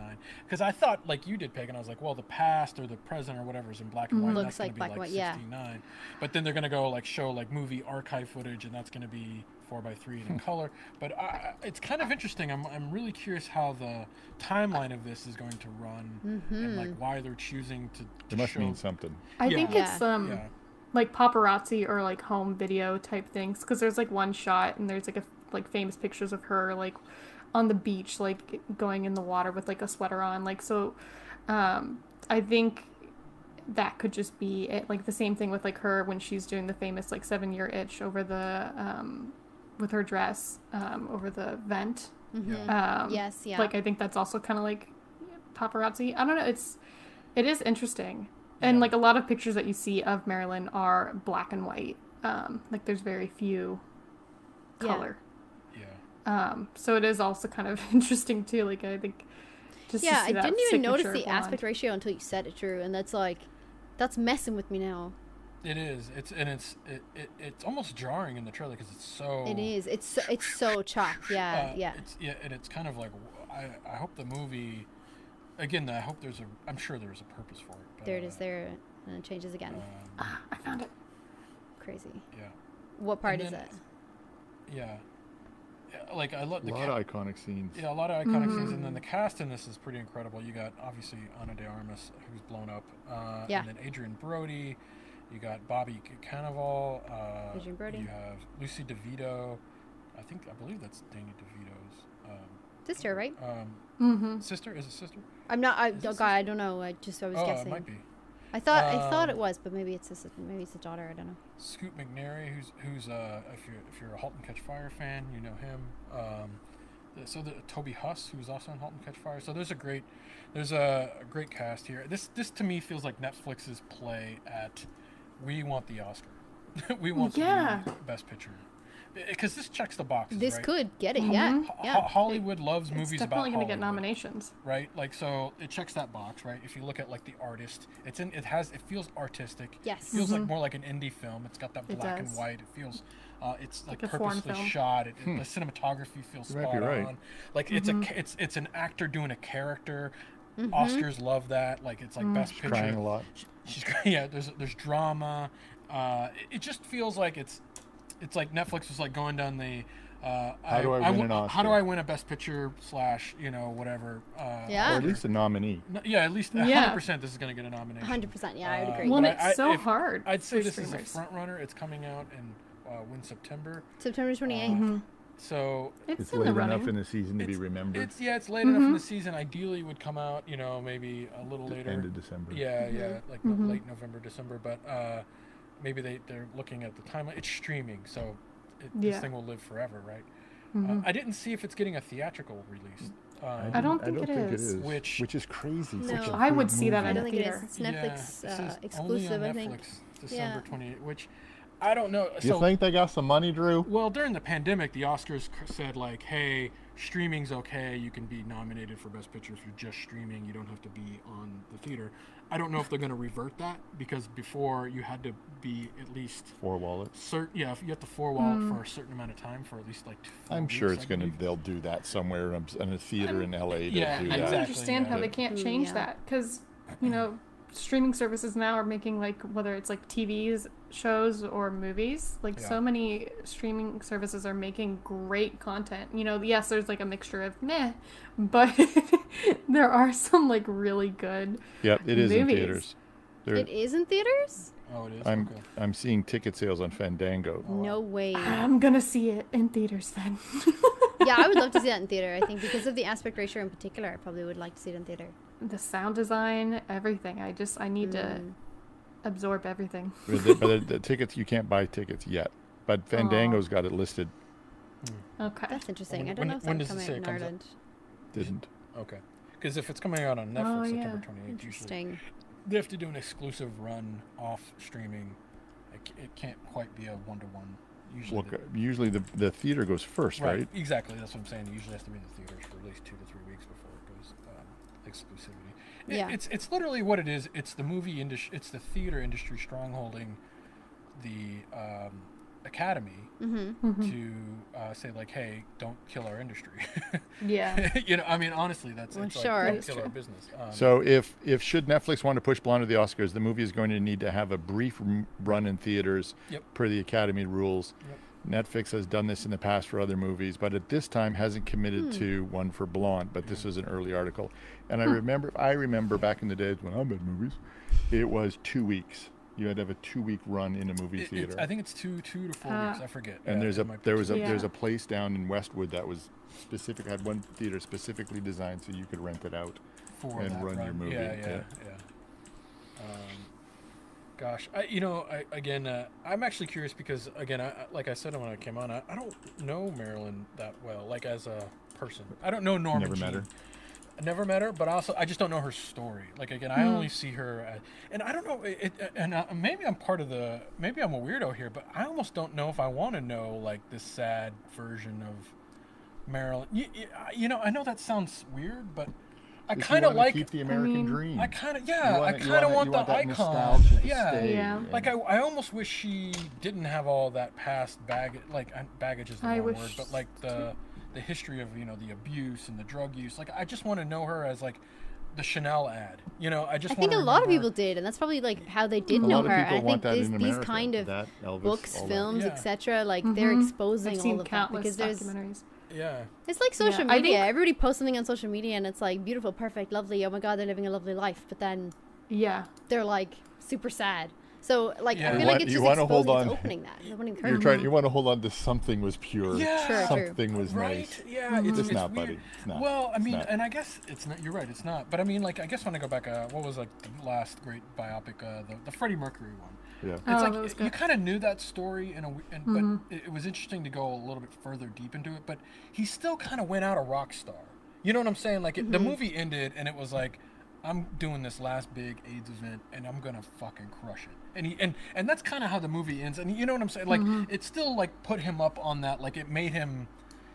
S4: Because I thought like you did, Peg, and I was like, well, the past or the present or whatever is in black and white. and
S1: Mm, Looks
S4: that's gonna
S1: like black
S4: be
S1: and
S4: like
S1: white, yeah.
S4: 16.9. But then they're gonna go like show like movie archive footage, and that's gonna be four by three
S1: Hmm.
S4: and in color. But I, I- it's kind of interesting. I'm, I'm really curious how the timeline of this is going to run, and
S1: Mm-hmm.
S4: like why they're choosing to. to
S3: It must
S4: show,
S3: mean something.
S2: I
S4: Yeah.
S2: think it's um
S4: Yeah.
S2: like paparazzi or like home video type things because there's like one shot and there's like a like famous pictures of her like on the beach like going in the water with like a sweater on like so um I think that could just be it like the same thing with like her when she's doing the famous like seven year itch over the um with her dress um over the vent
S1: Mm-hmm.
S4: Yeah.
S2: um
S1: Yes, yeah.
S2: like i think that's also kind of like paparazzi i don't know it's it is interesting and
S4: Yeah.
S2: like a lot of pictures that you see of marilyn are black and white um like there's very few
S1: Yeah.
S2: color
S4: yeah.
S2: um so it is also kind of interesting too like i think just to
S1: yeah,
S2: see
S1: I
S2: that
S1: didn't even notice
S2: signature
S1: the aspect
S2: blonde.
S1: ratio until you said it, Drew, and that's like, that's messing with me now.
S4: It is. It's and it's it, it, it's almost jarring in the trailer because it's so.
S1: It is. It's so, it's so chalked. Yeah,
S4: uh,
S1: yeah.
S4: It's, yeah, and it's kind of like w- I, I hope the movie. Again, I hope there's a. I'm sure there's a purpose for it. But,
S1: There it is.
S4: uh,
S1: There and it changes again.
S2: Ah, i found it
S1: Crazy.
S4: Yeah.
S1: What part is
S4: then-
S1: it?
S4: Yeah. Yeah, Like I love
S3: A
S4: the
S3: lot
S4: ca-
S3: of iconic scenes.
S4: Yeah, a lot of iconic scenes, and
S1: Mm-hmm.
S4: then the cast in this is pretty incredible. You got obviously Ana de Armas, who's blown up, uh,
S1: Yeah.
S4: and then Adrian Brody. You got Bobby Cannavale. Uh,
S1: Adrian Brody.
S4: You have Lucy DeVito. I think I believe that's Danny DeVito's um,
S1: Sister, right?
S4: um, sister. Is it sister?
S1: I'm not. I, oh
S4: this
S1: God,
S4: his-
S1: I don't know. I just Mm-hmm. I was
S4: oh,
S1: guessing.
S4: it might be
S1: I thought I thought it
S4: Um,
S1: was, but maybe it's a, maybe it's a daughter. I don't know.
S4: Scoot McNairy, who's who's uh, if you're if you're a *Halt and Catch Fire fan, you know him. Um, th- so the Toby Huss, who's also in *Halt and Catch Fire. So there's a great there's a, a great cast here. This this to me feels like Netflix's play at we want the Oscar, we want
S2: Yeah.
S4: the Best Picture, because this checks the boxes.
S1: This
S4: right?
S1: could get it. Yeah,
S4: Ho-
S2: Mm-hmm.
S1: yeah.
S4: Ho- Hollywood loves
S2: it's
S4: movies about
S2: definitely gonna get
S4: Hollywood
S2: nominations
S4: right like so it checks that box right if you look at like the artist it's in it has it feels artistic
S1: Yes.
S4: it feels like more like an indie film it's got that
S2: Mm-hmm. It
S4: black and
S2: does.
S4: white it feels uh, it's like
S2: a foreign
S4: purposely
S2: film.
S4: shot it, the cinematography feels
S3: Hmm. You might
S4: spot
S3: be right.
S4: on like it's
S2: Mm-hmm.
S4: a ca- it's it's an actor doing a character
S1: Mm-hmm.
S4: oscars love that like it's
S2: Mm.
S4: like best picture
S3: Crying a lot.
S4: she's yeah there's there's drama uh it, it just feels like it's it's like netflix was like going down the uh,
S3: How do I win
S4: w-
S3: an
S4: How do
S3: Oscar?
S4: I win a Best Picture slash you know whatever? Uh,
S1: Yeah.
S3: Or at least a nominee.
S4: no, yeah, at least
S2: Yeah.
S4: 100% this is going to get a nomination. Uh,
S1: 100%, yeah, I would agree.
S2: well
S4: but
S2: and it's so
S4: if-
S2: hard
S4: I'd say
S2: for
S4: this
S2: streamers.
S4: is a front runner. It's coming out in uh, when September.
S1: September 28th.
S2: Mm-hmm.
S4: So
S2: it's,
S3: It's
S2: in the
S3: late enough
S2: running
S3: in the season to be
S4: it's-
S3: remembered.
S4: it's yeah, it's late enough in
S2: Mm-hmm.
S4: the season. Ideally, would come out you know maybe a little later.
S3: End of December.
S4: Yeah, yeah,
S2: Mm-hmm.
S4: like no- late November, December. But uh, maybe they they're looking at the timeline. It's streaming, so it,
S2: Yeah. Mm-hmm.
S4: this thing will live forever, right? Uh, I didn't see if it's getting a theatrical release. Um,
S2: I don't
S3: I
S2: think
S3: don't
S2: it
S3: think
S2: is.
S3: it is,
S4: Which-
S3: which is crazy.
S1: No.
S3: such a
S2: I would
S3: big
S2: see that
S3: movie.
S1: I
S2: in
S1: don't
S2: the
S1: think it is.
S2: theater.
S1: It's
S4: yeah,
S1: Netflix
S4: it says
S1: uh,
S4: only
S1: exclusive,
S4: on
S1: I think.
S4: Netflix, December
S1: Yeah.
S4: 28th, which I don't know.
S3: Do you
S4: so,
S3: think they got some money, Drew?
S4: well, during the pandemic, the Oscars c- said like, "Hey, streaming's okay. You can be nominated for Best Picture if you're just streaming. You don't have to be on the theater." I don't know if they're going to revert that because before you had to be at least
S3: Four wallets.
S4: cert. Yeah, if you have to four wall
S2: Hmm.
S4: it for a certain amount of time for at least like. Two, four
S3: I'm sure
S4: weeks,
S3: it's
S4: I
S3: going to.
S4: believe.
S3: They'll do that somewhere in a, in a theater in LA. They'll
S4: yeah,
S3: do
S2: I
S3: that.
S2: don't
S4: Exactly,
S2: understand how
S4: yeah.
S2: they can't
S1: Mm,
S2: change
S1: yeah.
S2: that because you know streaming services now are making like whether it's like TVs shows or movies like
S4: Yeah.
S2: so many streaming services are making great content you know yes there's like a mixture of meh but there are some like really good
S3: Yep, it is in
S2: Movies.
S3: theaters. They're-
S1: It is in theaters?
S4: Oh, it is.
S3: I'm
S4: okay. Oh.
S3: I'm seeing ticket sales on Fandango.
S1: No way. yeah,
S2: I'm gonna see it in theaters then
S1: I would love to see that in theater. I think because of the aspect ratio in particular, I probably would like to see it in theater.
S2: the sound design everything I just I need to
S1: Mm,
S2: absorb everything
S3: but the, but the, the tickets you can't buy tickets yet. But Fandango's got it listed.
S2: okay
S1: That's interesting.
S4: When-
S1: I don't
S4: when-
S1: know if
S4: when
S1: that's coming out
S4: does it say it
S1: in
S4: comes out?
S1: Ireland.
S3: Didn't.
S4: Okay. Because if it's coming out on Netflix
S2: Oh,
S4: September
S2: yeah.
S4: 28th, usually
S1: Interesting.
S4: they have to do an exclusive run off streaming. It, c- it can't quite be a one to one. Usually,
S3: Look,
S4: the-
S3: usually the the theater goes first, right?
S4: Exactly. That's what I'm saying. It usually has to be in the theaters for at least two to three weeks before it goes um, exclusivity. It-
S1: Yeah.
S4: It's it's literally what it is. It's the movie industry. It's the theater industry strongholding the um, academy to uh, say like, hey, don't kill our industry.
S2: yeah
S4: you know, I mean, honestly, that's
S1: Well,
S4: it's
S1: sure.
S4: like, don't
S2: That's
S4: kill
S2: true.
S4: our business. Um,
S3: So if if should Netflix want to push Blonde to the Oscars, the movie is going to need to have a brief m- run in theaters
S4: Yep.
S3: per the Academy rules. Netflix has done this in the past for other movies, but at this time hasn't committed to one for Blonde. But this is an early article, and I remember I remember back in the days when I made movies, it was two weeks. You had to have a two week run in a movie
S4: It- it's-
S3: theater.
S4: I think it's two two to four weeks. I forget.
S3: and
S4: Yeah,
S3: there's
S4: it
S3: a
S4: might be
S3: there
S4: two
S3: was a
S4: weeks.
S3: there's
S2: Yeah.
S3: a place down in Westwood that was specific had one theater specifically designed so you could rent it out.
S4: for
S3: and
S4: that
S3: run your movie,
S4: Yeah, yeah,
S3: yeah.
S4: yeah. Um, gosh, I, you know, I, again, uh, I'm actually curious because, again, I, I- like I said when I came on, I, I don't know Marilyn that well, like as a person. I don't know Norma.
S3: Never met
S4: Jean.
S3: her.
S4: I never met her, but also I just don't know her story. Like again, I
S3: Mm.
S4: only see her, uh, and I don't know. It, it, and uh, maybe I'm part of the, maybe I'm a weirdo here, but I almost don't know if I want to know like this sad version of Marilyn. You, you, you know, I know that sounds weird, but I
S3: If you
S4: kind of
S3: wanna
S4: like
S3: keep the American
S2: mean,
S3: dream.
S4: I kind of
S3: You
S4: yeah. I
S3: wanna- you
S4: kind of
S3: wanna-
S4: want,
S3: you
S4: the
S3: that
S4: icon.
S3: nostalgia to
S4: Yeah.
S3: stay
S2: Yeah.
S3: and-
S4: Like I, I almost wish she didn't have all that past baggage. Like I- baggage is the
S2: I
S4: wrong word,
S2: wish
S4: but like the the history of you know the abuse and the drug use. Like I just want to know her as like the Chanel ad. You know, I just
S1: I think a
S4: wanna
S1: lot of people
S4: remember-
S1: did, and that's probably like how they did
S3: A
S1: know
S3: lot of
S1: her. And
S3: people
S1: I think
S3: want that
S1: these,
S3: in
S1: these
S3: America,
S1: kind of
S3: that, Elvis,
S1: books,
S3: all that.
S1: films,
S4: Yeah.
S1: etc., like they're exposing
S2: Mm-hmm. I've
S1: all
S2: seen
S1: of that
S2: countless
S1: because there's
S2: documentaries
S4: Yeah,
S1: it's like social
S2: I
S1: media.
S2: think-
S1: Everybody posts something on social media, and it's like beautiful, perfect, lovely. Oh my god, they're living a lovely life, but then
S2: yeah
S1: they're like super sad. So like
S4: Yeah.
S1: I
S4: You
S1: feel
S3: want-
S1: like it's
S3: you
S1: just
S3: wanna hold
S1: exposing, it's
S3: on.
S1: opening that, it's opening the
S3: You're
S1: curtain.
S3: trying. You want to hold on to something was pure.
S4: Yeah. True, true.
S3: Something was
S4: right.
S3: nice.
S4: Yeah,
S1: Mm-hmm.
S4: it's,
S3: It's
S4: it's
S3: not,
S4: weird.
S3: buddy. It's not.
S4: Well, I
S3: It's
S4: mean,
S3: not.
S4: and I guess it's not. You're right. It's not. But I mean, like I guess when I go back, uh, what was like the last great biopic? Uh, the the Freddie Mercury one.
S3: Yeah.
S1: Uh,
S4: It's
S2: Oh,
S4: like
S2: that was
S4: you
S2: good. Mm-hmm.
S4: kind of knew that story, in a, w- and but it, it was interesting to go a little bit further deep into it. But he still kind of went out a rock star. You know what I'm saying? Like it,
S2: Mm-hmm.
S4: the movie ended, and it was like, I'm doing this last big AIDS event, and I'm gonna fucking crush it. And he and and that's kind of how the movie ends. And you know what I'm saying? Like
S2: Mm-hmm.
S4: it still like put him up on that. Like it made him.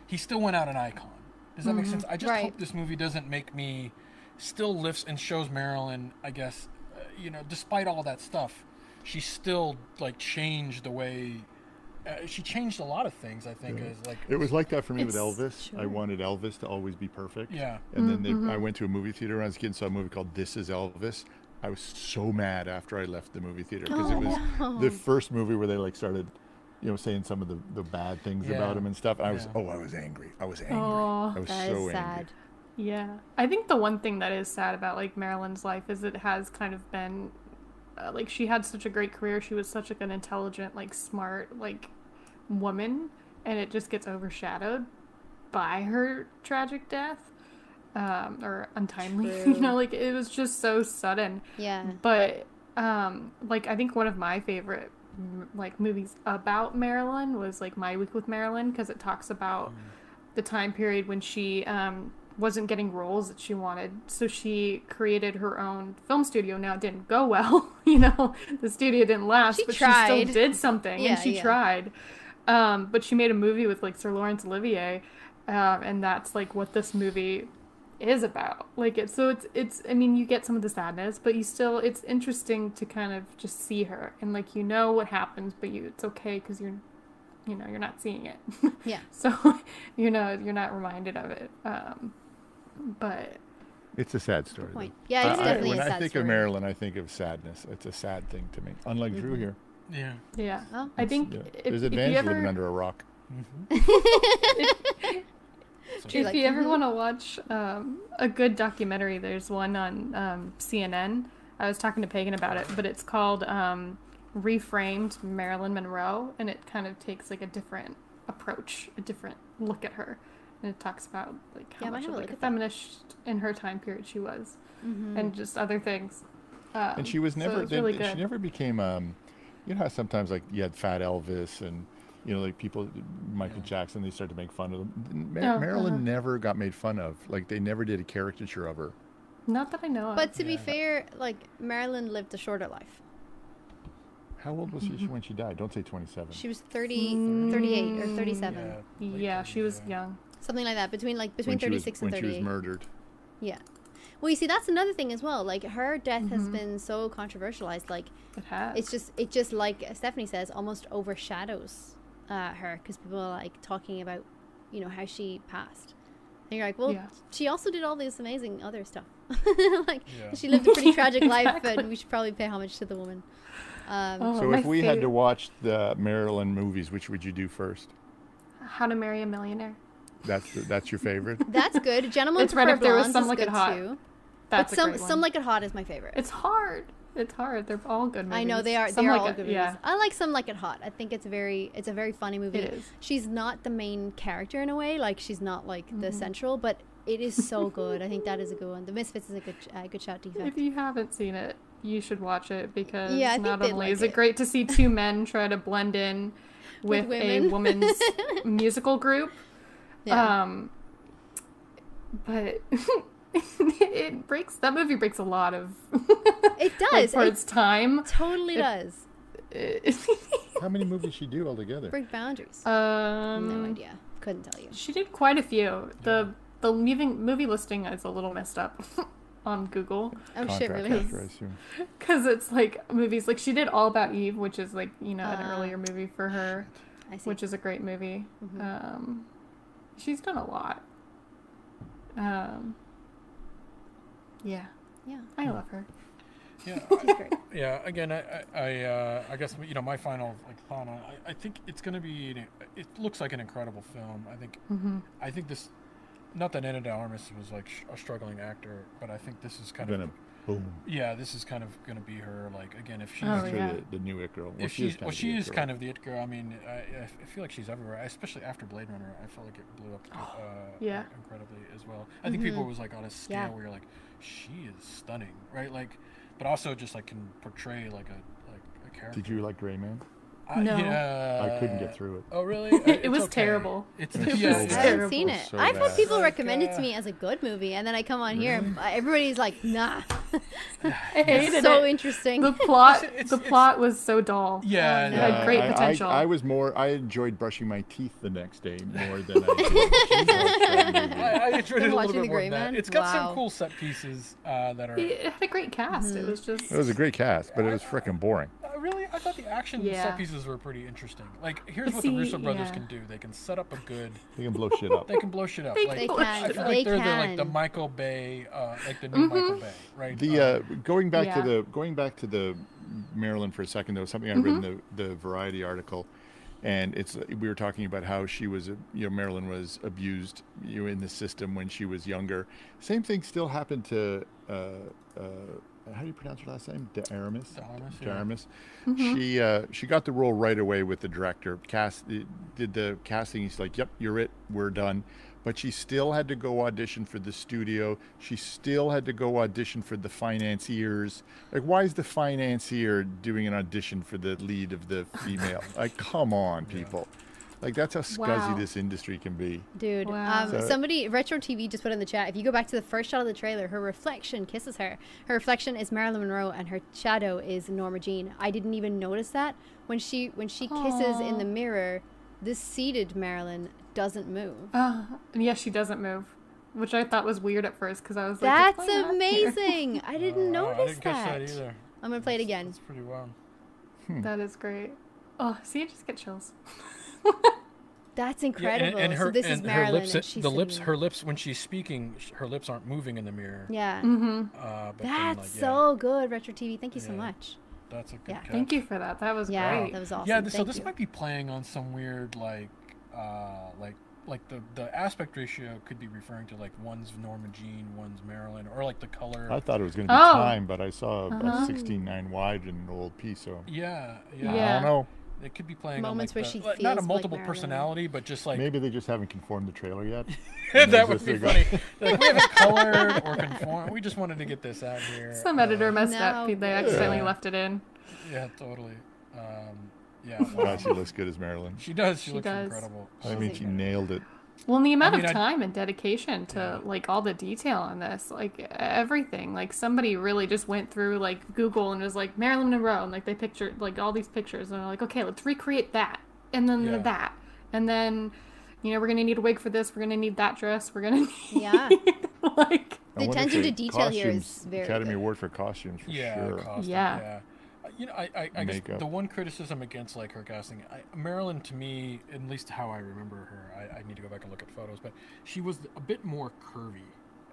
S4: He still went out an icon. Does that make
S2: Mm-hmm.
S4: sense? I just
S1: Right.
S4: hope this movie doesn't make me still lifts and shows Marilyn, I guess, uh, you know, despite all that stuff, she still like changed the way uh, she changed a lot of things. I think as like
S3: It was like that for me with
S2: It's-
S3: Elvis. I wanted Elvis to always be perfect.
S4: Yeah.
S3: And then they,
S1: Mm-hmm.
S3: I went to a movie theater when I was a kid and saw a movie called This Is Elvis. I was so mad after I left the movie theater because
S1: Oh,
S3: it was the first movie where they like started, you know, saying some of the, the bad things
S4: Yeah.
S3: about him and stuff. And I was
S4: Yeah.
S3: oh, I was angry. I was angry.
S2: Oh,
S3: I was
S1: That
S3: so
S1: is
S3: angry.
S1: sad.
S2: Yeah, I think the one thing that is sad about like Marilyn's life is it has kind of been uh, like she had such a great career. She was such like an intelligent, like smart, like woman, and it just gets overshadowed by her tragic death um, or untimely.
S1: True.
S2: You know, like it was just so sudden.
S1: Yeah.
S2: But um, like I think one of my favorite
S1: Mm.
S2: m- like movies about Marilyn was like My Week with Marilyn because it talks about the time period when she um, wasn't getting roles that she wanted. So she created her own film studio. Now it didn't go well, you know, the studio didn't last,
S1: She
S2: but she
S1: tried.
S2: still did something
S1: Yeah,
S2: and she
S1: yeah.
S2: tried. Um, but she made a movie with like Sir Laurence Olivier, um, and that's like what this movie is about. Like it's so it's it's I mean you get some of the sadness, but you still it's interesting to kind of just see her and like you know what happens, but you it's okay because you're you know you're not seeing it.
S1: Yeah.
S2: so you know you're not reminded of it. Um, but
S3: It's a sad story. though.
S1: Point. Yeah, it's
S3: I- I-
S1: definitely
S3: Uh, when
S1: a sad
S3: I think
S1: story.
S3: of Maryland, I think of sadness. It's a sad thing to me. Unlike Drew here,
S4: Yeah.
S2: yeah,
S1: Oh.
S2: Mm-hmm. I think
S3: Yeah.
S2: if,
S3: there's
S2: if you
S3: advantage
S2: ever
S3: living under a rock.
S1: She
S2: if
S1: liked
S2: you
S1: it.
S2: ever want to watch um, a good documentary, there's one on um, CNN. I was talking to Pagan about it, but it's called um, "Reframed Marilyn Monroe," and it kind of takes like a different approach, a different look at her, and it talks about like how
S1: Yeah, I might
S2: much
S1: have a
S2: of, like
S1: look
S2: a
S1: at that. Mm-hmm.
S2: feminist in her time period she was, and just other things. Um,
S3: And she was
S2: so
S3: never.
S2: it was
S3: did-
S2: really
S3: she
S2: good.
S3: never became. Um, you know how sometimes like you had Fat Elvis and you know like people, Michael Jackson. They started to make fun of them. Ma-
S2: Oh,
S3: Marilyn
S2: uh-huh.
S3: never got made fun of. Like they never did a caricature of her.
S2: Not that I know of.
S1: But to be fair, like Marilyn lived a shorter life.
S3: How old was
S2: Mm-hmm.
S3: she when she died? Don't say 27.
S1: She was
S3: Mm.
S1: 30, 38 or 37,
S2: yeah, she was young.
S1: something like that. Between like between
S3: when she was,
S1: 36
S3: when
S1: and
S3: she was
S1: 38.
S3: murdered.
S1: Yeah. Well, you see, that's another thing as well. Like her death has
S3: Mm-hmm.
S1: been so controversialized. Like
S2: It had.
S1: it's just it just like Stephanie says, almost overshadows uh, her because people are like talking about, you know, how she passed. And you're like, well,
S2: Yeah.
S1: she also did all this amazing other stuff. like
S4: Yeah.
S1: she lived a pretty tragic life,
S2: Exactly.
S1: and we should probably pay homage to the woman. Um,
S2: Oh,
S3: So
S2: my
S3: if we had to
S2: favorite-
S3: watch the Marilyn movies, which would you do first?
S2: How to Marry a Millionaire.
S3: That's that's your favorite.
S1: That's good. Gentlemen
S2: It's
S1: Prefer
S2: right up there with
S1: Blondes is
S2: Some Like It
S1: good
S2: Hot.
S1: too.
S2: That's
S1: but
S2: a
S1: some
S2: great
S1: some
S2: one.
S1: like it hot is my favorite.
S2: It's hard. It's hard. They're all good movies.
S1: I know they are.
S2: Some
S1: They are
S2: like
S1: all
S2: it-
S1: good movies.
S2: Yeah.
S1: I like some like it hot. I think it's a very it's a very funny movie.
S2: It is.
S1: She's not the main character in a way. Like she's not like
S2: Mm-hmm.
S1: the central, but it is so good. I think that is a good one. The Misfits is a good uh, good shout defect.
S2: If you haven't seen it, you should watch it because
S1: Yeah, I think
S2: not
S1: they'd
S2: only
S1: like
S2: is it
S1: it.
S2: great to see two men try to blend in
S1: With
S2: with, a
S1: women.
S2: woman's musical group,
S1: Yeah.
S2: um, but it breaks. That movie breaks a lot of.
S1: it
S2: like,
S1: does.
S2: for
S1: it
S2: its time.
S1: totally does.
S3: How many movies she do altogether?
S1: Break boundaries.
S2: um,
S1: no idea. Couldn't tell you.
S2: She did quite a few. The the movie, movie listing is a little messed up on Google
S1: Oh shit,
S3: Contract
S1: really?
S3: actor, I assume.
S2: because it's like movies like she did All About Eve, which is like you know an
S1: Ah.
S2: earlier movie for her,
S1: I see.
S2: which is a great movie. Um, she's done a lot. Um, yeah,
S1: yeah.
S2: I love her.
S4: Yeah.
S1: She's great.
S4: Yeah, again, I, I, I, uh, I guess you know my final like thought on. I, I think it's going to be. an- It looks like an incredible film. I think.
S2: Mm-hmm.
S4: I think this. Not that Anna de Armas was like sh- a struggling actor, but I think this is kind
S3: Venom.
S4: of.
S3: Boom.
S4: Yeah, this is kind of going to be her. Like again, if she's
S2: Oh,
S3: That's
S2: yeah.
S3: where the, the new it girl. Well,
S4: if she's
S3: kind
S4: well,
S3: of the
S4: she
S3: it
S4: is
S3: girl.
S4: kind of the it girl. I mean, I, I f- I feel like she's everywhere, especially after Blade Runner. I felt like it blew up uh,
S2: yeah.
S4: incredibly as well. I think people was like on a scale
S1: Yeah.
S4: where you're like, she is stunning, right? Like, but also just like can portray like a like a character.
S3: Did you like Gray Man?
S4: I,
S2: No.
S4: yeah.
S3: I couldn't get through it.
S4: Oh really? Uh,
S2: It
S4: it's
S2: was
S4: okay.
S2: terrible.
S4: It's
S3: It was
S4: yeah,
S2: so
S4: it's
S1: I
S2: bad.
S4: terrible.
S1: haven't seen it.
S3: It's so
S1: I've had
S3: bad.
S1: people
S4: Like,
S1: recommend it
S4: uh,
S1: to me as a good movie, and then I come on here, everybody's like, "Nah,
S2: I hated
S1: so
S2: it.
S1: interesting."
S2: the plot
S4: It's- it's-
S2: the
S4: it's-
S2: plot was so dull.
S4: Yeah,
S2: it
S4: no,
S2: had great
S3: I- I-
S2: potential.
S3: I, was more. I enjoyed brushing my teeth the next day more than I did. Jesus, that movie.
S4: I, I enjoyed it a little
S1: watching
S4: bit
S1: The
S4: more
S1: Gray
S4: than that.
S1: Man?
S4: It's got
S1: Wow.
S4: some cool set pieces uh, that are.
S2: it it had a great cast. It was just
S3: It was a great cast, but it was freaking boring.
S4: I Uh, really, I thought the action
S2: Yeah.
S4: set pieces were pretty interesting. Like, here's what
S2: See,
S4: the Russo brothers
S2: yeah.
S4: can do. They can set up a good.
S3: They can blow shit up.
S4: They can blow shit up. like,
S2: They
S1: They
S2: Oh,
S1: can.
S4: I feel
S1: they
S4: like they're the
S1: can. Mm-hmm.
S4: like the Michael Bay, uh, like the new Michael Bay, right?
S3: The uh, going back
S2: Yeah.
S3: to the going back to the Maryland for a second though, something I read in the, the Variety article, and it's we were talking about how she was you know Marilyn was abused you know, in the system when she was younger. Same thing still happened to uh, uh, how do you pronounce her last name? De Aramis.
S4: D'Aramis,
S3: De
S4: yeah.
S3: Aramis.
S2: Mm-hmm.
S3: She uh, she got the role right away with the director. Cast did the casting. He's like, "Yep, you're it. We're done." But she still had to go audition for the studio. She still had to go audition for the financiers. Like, why is the financier doing an audition for the lead of the female? like, come on, people. Like that's how scuzzy
S2: Wow.
S3: this industry can be.
S1: Dude,
S2: Wow.
S1: um,
S3: So-
S1: somebody retro TV just put in the chat. If you go back to the first shot of the trailer, her reflection kisses her. Her reflection is Marilyn Monroe, and her shadow is Norma Jean. I didn't even notice that when she when she kisses in
S2: Aw.
S1: the mirror, this seated Marilyn doesn't move.
S2: Uh, and yes, she doesn't move, which I thought was weird at first because I was like,
S1: That's
S2: "What's going on here?"
S1: amazing. I didn't
S4: Oh, wow,
S1: notice
S4: I didn't
S1: that.
S4: catch that either.
S1: I'm gonna play it
S4: That's-
S1: again.
S4: That's pretty wild.
S3: Hmm.
S2: That is great. Oh, see, I just get chills.
S1: That's
S4: Yeah, and-
S1: incredible.
S4: and, her
S1: so this is
S4: and
S1: Marilyn,
S4: her lips,
S1: and she's
S4: the lips,
S1: singing.
S4: her lips when she's speaking, sh- her lips aren't moving in the mirror.
S1: Yeah,
S2: hmm
S4: Uh, but then,
S1: that's
S4: like, yeah,
S1: so good, retro TV. Thank you so
S4: Yeah.
S1: much.
S4: That's a good.
S1: yeah.
S4: catch.
S2: Thank you for that. That was
S1: Yeah,
S2: great.
S1: that was awesome.
S4: Yeah, th- so
S1: Thank
S4: this
S1: you.
S4: might be playing on some weird like, uh, like like the the aspect ratio could be referring to like one's Norma Jean, one's Marilyn, or like the color.
S3: I thought it was going to be
S2: Oh.
S3: time, but I saw a- a
S2: Uh-huh.
S3: 16.9 wide in an old piece, so
S4: yeah, yeah,
S3: I
S2: Yeah.
S3: don't know.
S4: It could be playing
S1: Moments
S4: on
S1: where
S4: like, the-
S1: she
S4: like, not a
S1: feels like
S4: multiple
S1: Marilyn.
S4: personality, but just like
S3: Maybe they just haven't conformed the trailer yet. And
S4: that
S3: there's
S4: would
S3: this thing
S4: be funny.
S3: going-
S4: like, we haven't colored or conformed. We just wanted to get this out here.
S2: Some
S4: Uh,
S2: editor messed up.
S1: No.
S2: They accidentally
S4: Yeah.
S2: left it in.
S4: Yeah, totally. Um, yeah, wow.
S3: God, she looks good as Marilyn.
S4: she does. She,
S2: She
S4: looks
S2: does.
S4: incredible.
S3: I mean, she nailed it.
S2: Well, and the amount
S4: mean, I-
S2: of time and dedication to like all the detail on this, like everything, like somebody really just went through like Google and was like Marilyn Monroe, and like they pictured like all these pictures, and they're like, okay, let's recreate that, and then
S4: Yeah.
S2: that, and then, you know, we're gonna need a wig for this, we're gonna need that dress, we're gonna need
S1: Yeah. The
S2: like
S3: I wonder if
S1: attention
S3: they-
S1: to detail here is
S3: costumes-
S1: very
S3: Academy
S1: good.
S3: Award for costumes for
S4: yeah,
S3: sure.
S4: costume,
S2: Yeah.
S4: yeah. Uh, You know, I, I, I guess
S3: Makeup.
S4: the one criticism against like her casting, I, Marilyn to me, at least how I remember her, I, I need to go back and look at photos, but she was a bit more curvy,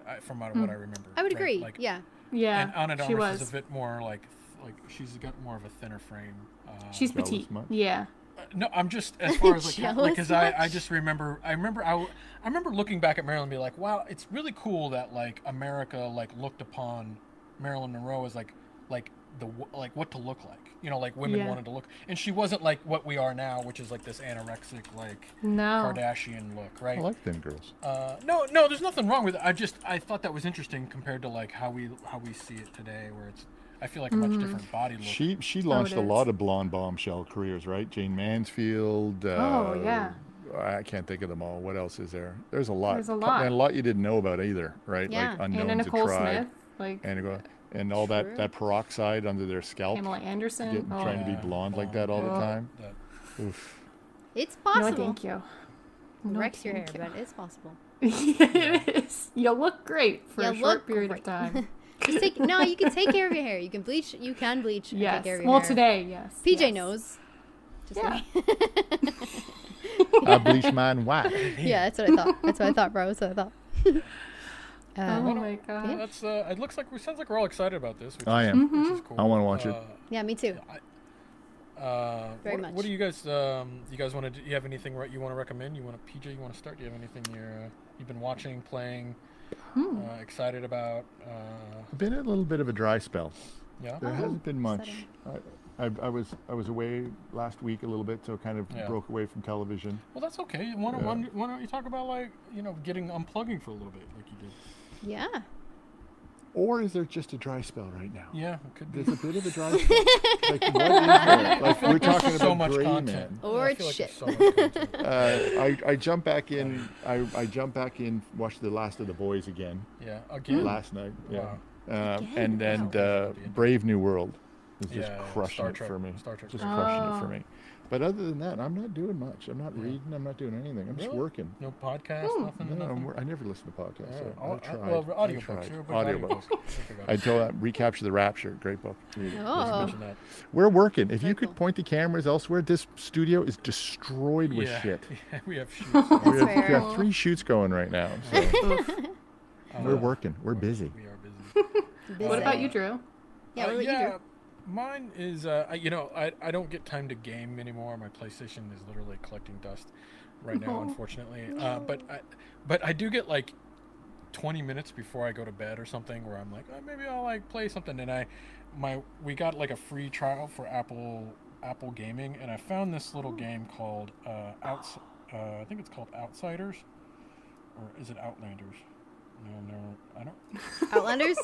S4: uh, from what I remember.
S1: Hmm. I would
S4: right?
S1: agree.
S4: Like,
S1: yeah.
S2: yeah,
S4: and Anna
S2: she
S4: Darmus
S2: was
S4: is a bit more like like she's got more of a thinner frame. Uh,
S2: she's
S3: Jealous
S2: petite,
S3: much.
S2: yeah,
S4: no, I'm just as far as like how- like
S1: Jealous
S4: because I, I
S1: much?
S4: just remember I remember I, w- I remember looking back at Marilyn and be like wow it's really cool that like America like looked upon Marilyn Monroe as like like the w- like what to look like you know like women
S2: Yeah.
S4: wanted to look and she wasn't like what we are now which is like this anorexic like
S2: no,
S4: Kardashian look right
S3: I like thin girls.
S4: uh, no, no, there's nothing wrong with it. I just I thought that was interesting compared to like how we how we see it today, where it's I feel like a much different body look.
S3: She she launched a
S2: is.
S3: lot of blonde bombshell careers, right? Jane Mansfield. Uh,
S2: Oh, yeah.
S3: I can't think of them all. What else is there? There's a lot.
S2: There's a
S3: Co-
S2: lot.
S3: And a lot you didn't know about either, right?
S1: Yeah.
S3: Like unknown
S2: Anna Nicole
S3: to try.
S2: Smith, like
S3: And go, and all
S1: True.
S3: that that peroxide under their scalp,
S2: Pamela Anderson,
S3: getting,
S2: oh,
S3: trying to be
S4: yeah.
S3: blonde like that all the
S2: Oh.
S3: time.
S4: That-
S3: Oof.
S1: It's
S2: no,
S1: possible.
S2: thank you. No,
S1: Wrecks your hair,
S2: thank you.
S1: but it's possible.
S2: it is. You look great for
S1: You
S2: a
S1: look
S2: short period
S1: great.
S2: of time.
S1: Just take no. You can take care of your hair. You can bleach. You can bleach. and
S2: yes.
S1: Take care of your
S2: Well,
S1: hair.
S2: today, yes.
S1: PJ
S2: yes.
S1: knows. Just
S2: Yeah.
S1: kidding.
S3: I bleach mine white.
S1: yeah, that's what I thought. That's what I thought, bro. That's what I thought.
S2: Oh
S1: Um,
S2: my
S4: Well,
S2: god.
S4: that's uh, it. Looks like we sounds like we're all excited about this. Which
S3: I
S4: is,
S3: am.
S4: Which is
S1: Mm-hmm.
S4: cool.
S3: I wanna watch it.
S1: yeah, me too.
S4: Uh, uh,
S1: Very
S4: what,
S1: much.
S4: what do you guys? Um, you guys want to? You have anything right? You want to recommend? You want to PJ? You want to start? Do you have anything you're uh, you've been watching, playing,
S1: Hmm.
S4: uh, excited about? Uh,
S3: Been a little bit of a dry spell.
S4: yeah.
S1: Oh,
S3: There hasn't been much.
S1: upsetting.
S3: I, I, I was I was away last week a little bit, so kind of
S4: Yeah.
S3: broke away from television.
S4: Well, that's okay. Why don't,
S3: Yeah.
S4: why don't- why don't you talk about like you know getting unplugging for a little bit, like you did?
S1: Yeah.
S3: Or is there just a dry spell right now?
S4: Yeah, it could be.
S3: There's a bit of a dry spell. like, what is there? like we're talking
S4: There's
S3: about
S4: so much
S3: Gray
S4: content.
S3: Man.
S4: Yeah, I
S1: Or
S4: feel like
S1: shit.
S4: there's so much content.
S3: Uh, I, I jump back in. I, I jump back in. Watched the last of the boys again
S4: yeah, again.
S3: last night. Yeah.
S4: Wow.
S3: Uh,
S1: Again?
S3: and then
S1: Wow.
S3: uh, Brave New World is just
S4: Yeah,
S3: crushing
S4: Star
S3: it
S4: Trek-
S3: for me.
S4: Star Trek
S3: Just
S4: Brave
S3: crushing
S2: Oh.
S3: it for me. But other than that, I'm not doing much. I'm not reading. I'm not doing anything. I'm just
S4: Really?
S3: working.
S4: No podcast,
S1: Hmm.
S4: nothing.
S3: No, I'm
S4: nothing.
S3: wor- I never listen to podcasts.
S4: Yeah,
S3: so
S4: all-
S3: I tried.
S4: Well,
S3: I
S4: audiobooks.
S3: tried.
S4: You're a big
S3: Audiobooks.
S4: audiobooks. I forgot.
S3: I told that Recapture the Rapture, great book. Read it.
S4: I
S1: Oh.
S4: mentioned that.
S3: We're working. If
S1: Very
S3: you could
S1: cool.
S3: point the cameras elsewhere, this studio is destroyed with
S4: yeah.
S3: shit.
S4: Yeah, we have shoots.
S3: We have,
S1: fair.
S3: we have three shoots going right now. So we're
S4: Uh,
S3: working. We're busy.
S4: We are busy.
S1: Busy.
S2: What about you, Drew?
S1: Yeah,
S4: Uh,
S1: what about you, Drew?
S4: Mine is, uh, I- you know, I, I don't get time to game anymore. My PlayStation is literally collecting dust right now, unfortunately. Uh, but I, but I do get like 20 minutes before I go to bed or something, where I'm like, oh, maybe I'll like play something. And I, my we got like a free trial for Apple Apple Gaming, and I found this little
S1: Hmm.
S4: game called uh, Outs. Uh, I think it's called Outsiders, or is it Outlanders? No, no, I don't.
S1: Outlanders?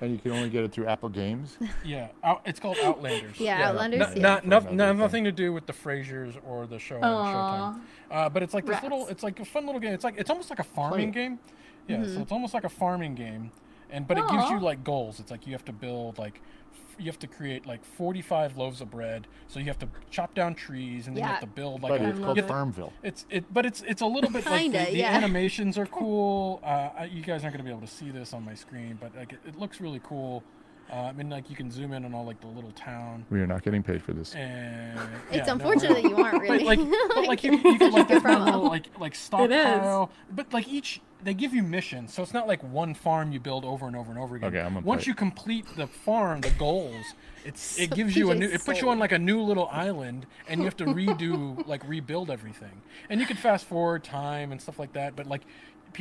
S3: And you can only get it through Apple Games.
S4: Yeah, out, it's called Outlanders.
S1: Yeah,
S3: Yeah,
S1: Outlanders.
S3: no-
S4: Not,
S1: yeah.
S4: not,
S3: For another
S4: no, no,
S3: thing.
S4: nothing to do with the Frasers or the show
S2: Aw.
S4: on Showtime. Uh, but it's like this little,
S2: Rats.
S4: it's like a fun little game. It's like it's almost like a farming
S3: it.
S4: game. Yeah, so it's almost like a farming game, and but it gives you
S2: Aw.
S4: like goals. It's like you have to build like f- you have to create like 45 loaves of bread. So you have to chop down trees, and then you
S1: Yeah.
S4: have to build like
S3: Buddy,
S4: a,
S3: it's called
S4: you have to-
S3: Farmville.
S4: It's it, but it's it's a little bit like
S1: Kinda,
S4: the, the
S1: yeah.
S4: animations are cool. Uh, I- you guys aren't gonna be able to see this on my screen, but like it, it looks really cool. Uh, I mean, like you can zoom in on all like the little town.
S3: We are not getting paid for this.
S4: And
S1: It's
S4: yeah, no,
S1: unfortunate that you aren't
S4: but
S1: really.
S4: like, but like you, you can like
S1: Good
S4: that's my
S1: promo.
S4: little like like
S2: It is.
S4: stockpile. But like each, they give you missions, so it's not like one farm you build over and over and over again.
S3: Okay, I'm gonna
S4: Once
S3: play
S4: you complete the farm, the goals, it's it
S1: So
S4: gives you a
S1: PJ
S4: new, it puts you
S1: sold.
S4: on like a new little island, and you have to redo like rebuild everything. And you can fast forward time and stuff like that. But like.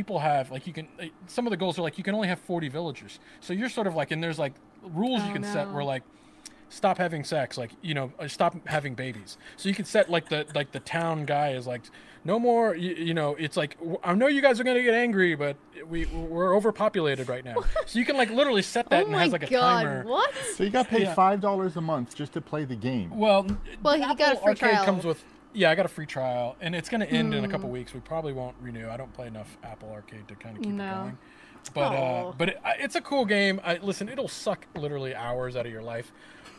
S4: People have like you can. Like, some of the goals are like you can only have forty villagers, so you're sort of like and there's like rules you
S2: Oh,
S4: can set
S2: no.
S4: where like stop having sex like you know uh, stop having babies so you can set like the like the town guy is like no more you, you know it's like w- i know you guys are going to get angry but we we're overpopulated right now so you can like literally set that
S1: oh
S4: and it
S1: my
S4: has like a
S1: god!
S4: timer
S1: What?
S3: So you got paid
S4: Yeah.
S3: five dollars a month just to play the game.
S4: well
S1: Well, he
S4: Apple
S1: got a free
S4: Arcade
S1: trial.
S4: comes with yeah i got a free trial and it's going to end in a
S2: Hmm.
S4: couple weeks we probably won't renew i don't play enough apple arcade to kind of keep it
S2: No.
S4: going but uh,
S1: Aw.
S4: but it, I- it's a cool game. I, listen, it'll suck literally hours out of your life.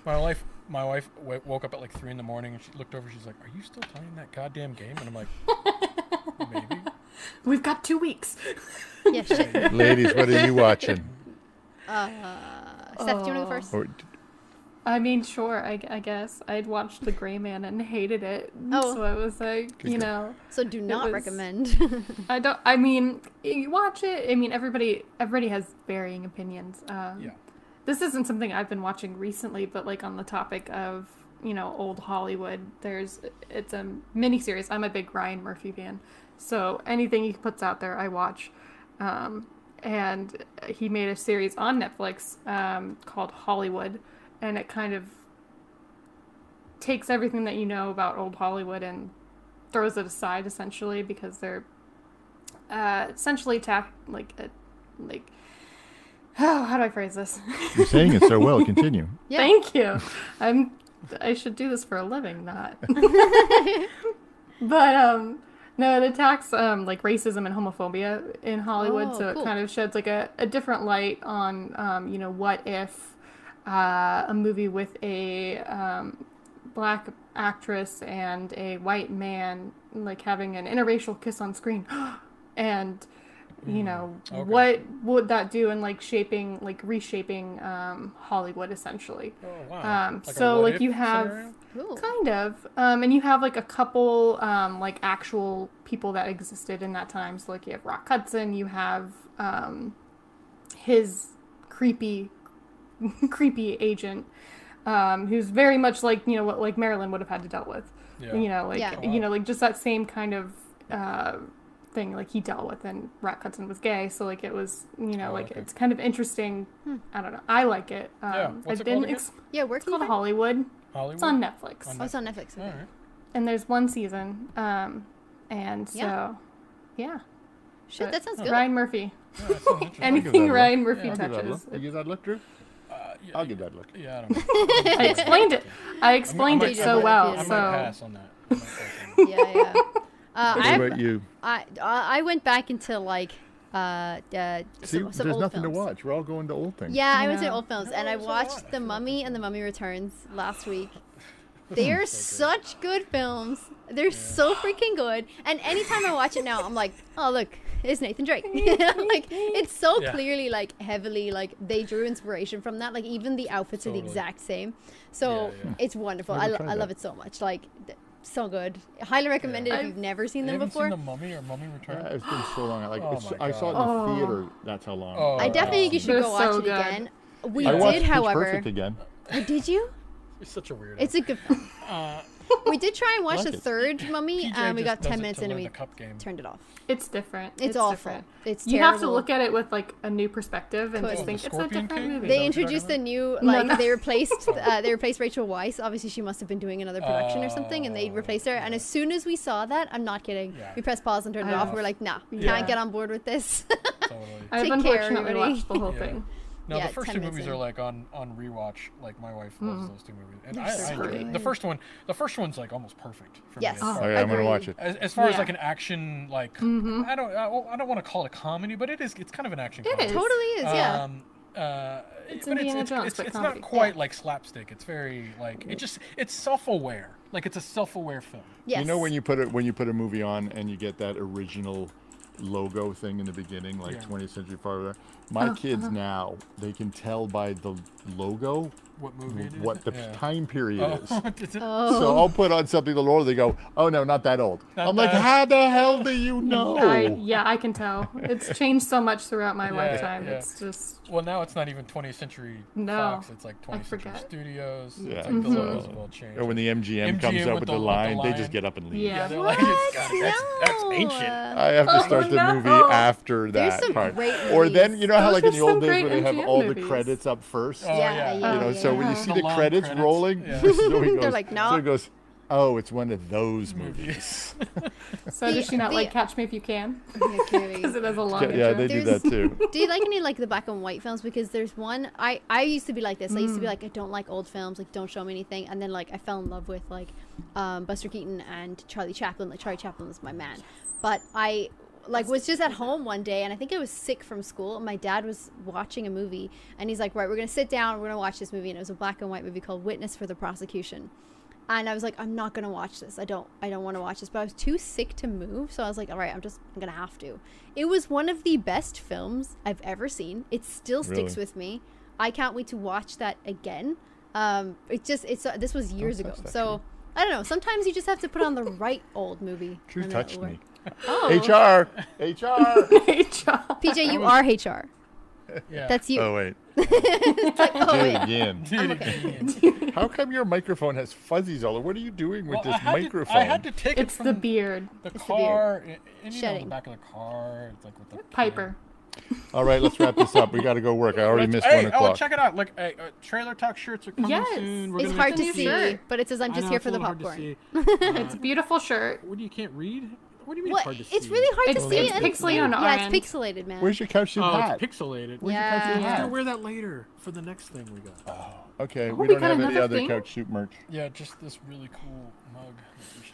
S4: My life, my wife w- woke up at like three in the morning and she looked over. She's like, "Are you still playing that goddamn game?" And I'm like, "Maybe."
S2: We've got two weeks.
S1: Yeah, shit. Uh,
S3: Ladies, what are you watching?
S1: Steph, Uh, do you want to go
S2: Oh.
S1: first?
S3: Or
S2: I mean, sure, I, I guess. I'd watched The Gray Man and hated it.
S1: Oh.
S2: So I was like, you
S3: girl.
S2: know.
S1: So do not
S2: was-
S1: recommend.
S2: I don't. I mean, you watch it. I mean, everybody everybody has varying opinions. Um,
S4: Yeah.
S2: This isn't something I've been watching recently, but like on the topic of you know old Hollywood, there's it's a miniseries. I'm a big Ryan Murphy fan, so anything he puts out there, I watch. Um, and he made a series on Netflix um, called Hollywood, and it kind of takes everything that you know about old Hollywood and throws it aside essentially because they're uh, essentially tack like a, like oh, how do I phrase this?
S3: you're saying it so well. Continue.
S1: Yeah.
S2: Thank you. I'm I should do this for a living, not. but um no, it attacks um like racism and homophobia in Hollywood,
S1: Oh,
S2: so
S1: cool.
S2: it kind of sheds like a, a different light on um, you know, what if uh, a movie with a um, black actress and a white man like having an interracial kiss on screen and you know
S4: Mm, okay.
S2: what would that do in like shaping like reshaping um, hollywood essentially
S4: Oh wow.
S2: Um,
S4: a
S2: so,
S4: what
S2: like,
S4: if
S2: you have-
S4: scenario?
S1: Cool.
S2: kind of um, and you have like a couple um, like actual people that existed in that time so like you have rock hudson you have um, his creepy creepy agent um, who's very much like you know what like marilyn would have had to deal with
S4: Yeah.
S2: you know like
S1: Yeah.
S2: you know like just that same kind of uh, thing like he dealt with and rock hudson was gay so like it was you know
S4: Oh,
S2: like
S4: okay.
S2: it's kind of interesting i don't know i like it um,
S4: Yeah.
S2: i
S4: What's it called
S2: didn't
S4: again?
S2: ex-
S1: Yeah, where
S2: it's
S1: can you
S2: called
S1: find?
S2: hollywood
S4: Hollywood.
S2: it's on netflix
S4: On
S1: Oh, it's on Netflix.
S4: All
S1: okay.
S4: right.
S2: and there's one season. Um, and
S1: Yeah.
S2: so, yeah,
S1: Shit,
S2: But
S1: that sounds good.
S2: Ryan Murphy.
S4: Yeah, that sounds interesting.
S3: give that a
S2: Anything
S3: look.
S2: Ryan Murphy
S4: Yeah,
S3: I'll give that a look.
S2: touches.
S3: You give that a look, Drew?
S4: Uh, yeah,
S3: I'll give that a look.
S4: Yeah, I don't know. I
S2: I explained it. I explained
S4: might-
S2: it
S4: I
S2: so
S4: might-
S2: well.
S4: I might
S2: so
S4: pass on that. I might pass on that.
S1: Yeah, yeah. Uh,
S3: What
S1: I,
S3: about you?
S1: I I went back into like uh, uh
S3: See,
S1: some, some
S3: there's
S1: old
S3: nothing to
S1: films.
S3: watch. We're all going to old things.
S1: Yeah, I went to
S2: Yeah.
S1: old films and I
S4: there's a lot.
S1: watched
S4: I
S1: The
S4: feel
S1: Mummy and The Mummy Returns last week. They are such good films. They're so freaking good. And anytime I watch it now, I'm like, oh look, it's Nathan Drake. I'm like it's so
S4: Yeah.
S1: clearly like heavily like they drew inspiration from that. Like even the outfits are the
S4: Totally.
S1: exact same. So
S4: Yeah, yeah.
S1: it's wonderful.
S3: Never
S1: I, lo-
S3: tried
S1: I love
S3: that.
S1: it so much. Like th- so good. Highly recommended if
S2: I've-
S1: you've never seen
S4: You
S1: them
S4: haven't
S1: before.
S4: seen the Mummy or Mummy Return?
S3: Uh, It's been so long. I like.
S4: Oh
S3: it's,
S4: my
S3: I saw it in the
S2: God.
S3: theater. That's how long.
S4: Oh.
S1: I definitely think you should
S2: They're
S1: go watch
S2: so
S1: it
S2: good.
S1: again. We
S3: I watched
S1: did,
S3: Pitch
S1: however.
S3: Perfect again.
S1: Oh, did you?
S4: It's such a weird.
S1: It's a good film. we did try and watch
S3: like
S1: the
S3: it.
S1: third mummy, and um, we got ten minutes in, and we
S4: the cup game.
S1: turned it off.
S2: it's different.
S1: It's awful.
S2: different.
S1: It's
S2: you have to
S1: terrible.
S2: look at it with like a new perspective and
S1: Could.
S2: just
S1: Oh,
S2: think
S4: the
S2: it's a
S4: Scorpion
S2: different
S4: King?
S2: movie.
S4: Is that
S1: They
S4: what you're
S1: introduced a
S4: talking
S1: new
S2: No,
S1: like
S2: no.
S1: they replaced uh, they replaced Rachel Weisz. Obviously, she must have been doing another production or something, and they replaced her. And as soon as we saw that, I'm not kidding.
S4: Yeah.
S1: We pressed pause and turned it
S2: I
S1: off.
S2: know.
S1: We're like, nah,
S2: Yeah.
S1: can't get on board with this.
S4: Totally.
S2: I've
S1: Take care,
S2: unfortunately
S1: everybody.
S2: watched the whole
S4: Yeah.
S2: thing.
S4: No,
S1: Yeah,
S4: the first
S1: 10
S4: two
S1: minutes
S4: movies
S1: in. Mm-hmm.
S4: are like on on rewatch. Like my wife loves those two movies, and
S2: They're
S4: I,
S2: so
S4: I enjoy it.
S2: good.
S4: the first one. The first one's like almost perfect for
S1: Yes. Oh,
S4: me.
S1: Mm-hmm.
S4: As far,
S3: Okay, I'm gonna
S1: agree.
S3: watch it.
S4: as, as, far as
S2: Yeah.
S4: like an action, like
S2: Mhm.
S4: I don't I, don't- I don't want to call it comedy, but it is it's kind of an action.
S2: It
S4: comedy.
S2: is.
S1: Totally is, yeah.
S4: Um, uh,
S2: It's
S4: but
S2: Indiana
S4: it's,
S2: Jones,
S4: it's,
S2: but
S4: it's
S2: comedy.
S4: not quite like slapstick. It's very like
S1: Mm-hmm.
S4: it just it's self-aware. Like it's a self-aware film.
S1: Yes.
S3: You know when you put it when you put a movie on and you get that original logo thing in the beginning, like
S4: Yeah.
S3: 20th Century Fox. My
S1: Uh-huh,
S3: kids now they can tell by the logo
S4: What movie? It is.
S3: what the
S4: yeah.
S3: time period
S4: Oh,
S3: is.
S4: it's a-
S3: So I'll put on something the Lord. They go, "Oh no, not that old." I'm like,
S4: that-
S3: "How the hell do you know?"
S2: I, yeah, I can tell. It's changed so much throughout my
S4: Yeah,
S2: lifetime.
S4: yeah.
S2: It's just
S4: Well, now it's not even 20th Century
S2: No.
S4: Fox. It's like 20th Century
S2: forget.
S4: Studios.
S3: Yeah,
S4: It's
S1: Mm-hmm.
S4: like the
S3: so-
S4: logos have all changed.
S3: Or when the MGM, comes
S4: MGM
S3: up
S4: with
S3: with the,
S4: the- with the
S3: line, they
S4: lion.
S3: just get up and leave.
S2: yeah.
S4: they're like, it's got, that's, that's ancient.
S3: I have to
S2: Oh,
S3: start the movie
S2: no.
S3: after
S1: There's
S3: that
S1: some
S3: part.
S1: great
S3: Or then,
S1: movies.
S3: you know
S2: Those
S3: how like in
S2: are
S3: the
S2: some
S3: old days
S2: great
S3: where they have
S2: MGM
S3: all the
S2: movies.
S3: credits up first.
S4: Oh,
S1: Yeah,
S4: yeah.
S1: yeah,
S3: you know, so when you
S1: yeah.
S3: see
S4: The
S3: the,
S4: long
S3: credits,
S4: credits,
S3: rolling,
S4: yeah.
S3: this is what he
S1: They're
S3: goes-
S1: like,
S3: So
S1: "Nah."
S3: he goes, "Oh, it's one of those movies."
S2: so. does she not
S1: the-
S2: like Catch Me If You Can?
S1: Yeah, clearly.
S2: Because it has a long.
S3: yeah, yeah, they
S2: intro.
S3: do
S1: There's-
S3: that too.
S1: Do you like any like the black and white films? Because there's one I I used to be like this. I used to be like I don't like old films. Like don't show me anything. And then like I fell in love with like um, Buster Keaton and Charlie Chaplin. Like Charlie Chaplin is my man. But I like was just at home one day and I think I was sick from school. And my dad was watching a movie and he's like, right, we're gonna sit down. We're gonna watch this movie. And it was a black and white movie called Witness for the Prosecution. And I was like, I'm not gonna watch this. I don't, I don't want to watch this. But I was too sick to move, so I was like, all right, I'm just, I'm gonna have to. It was one of the best films I've ever seen. It still sticks
S3: Really?
S1: with me. I can't wait to watch that again. Um, it just, it's uh, this was years
S3: Don't
S1: ago,
S3: touch that
S1: so I don't know. Sometimes you just have to put on the right old movie.
S3: True
S1: and
S3: touched
S1: it'll work.
S3: me.
S1: Oh,
S3: HR, HR.
S2: Hey, John.
S1: PJ, you are HR.
S4: Yeah.
S1: That's you.
S3: oh wait,
S1: Oh,
S3: do
S1: wait.
S3: it again.
S4: Dude,
S3: How come your microphone has fuzzies all over? What are you doing with
S4: well, I
S3: this
S4: had
S3: microphone?
S4: To, I had to take
S2: It's
S4: it from
S2: the beard.
S4: the
S1: beard.
S4: car, and, and, you know, the
S1: Shedding.
S4: back of the car. It's like with the
S2: Piper.
S3: All right, let's wrap this up. We got to go work. I already missed
S4: hey,
S3: one o'clock.
S4: oh, check it out! Look, hey, uh, trailer talk shirts are coming
S2: Yes.
S4: soon. We're
S1: It's
S4: gonna
S1: hard
S4: be
S1: to
S2: the
S1: see,
S2: shirt.
S1: but it says I'm
S4: I
S1: just
S4: know,
S1: here
S4: it's
S1: for
S4: a
S1: the
S4: little hard to
S1: popcorn.
S4: see. Uh,
S2: It's a beautiful shirt.
S4: what do you can't read? What do you mean
S1: Well,
S4: hard to see?
S1: it's really hard
S2: It's,
S1: to see.
S2: it's
S1: and-
S2: pixelated on our
S1: yeah,
S2: end.
S1: it's pixelated, man.
S3: Where's your couch
S4: Oh,
S3: hat?
S4: it's pixelated. Where's your
S1: yeah.
S4: I'm
S3: Yeah.
S4: gonna wear that later for the next thing we got.
S3: Okay, we
S2: we
S3: don't
S2: got
S3: have any
S2: another
S3: other
S2: thing?
S3: couch soup merch.
S4: Yeah, just this really cool mug.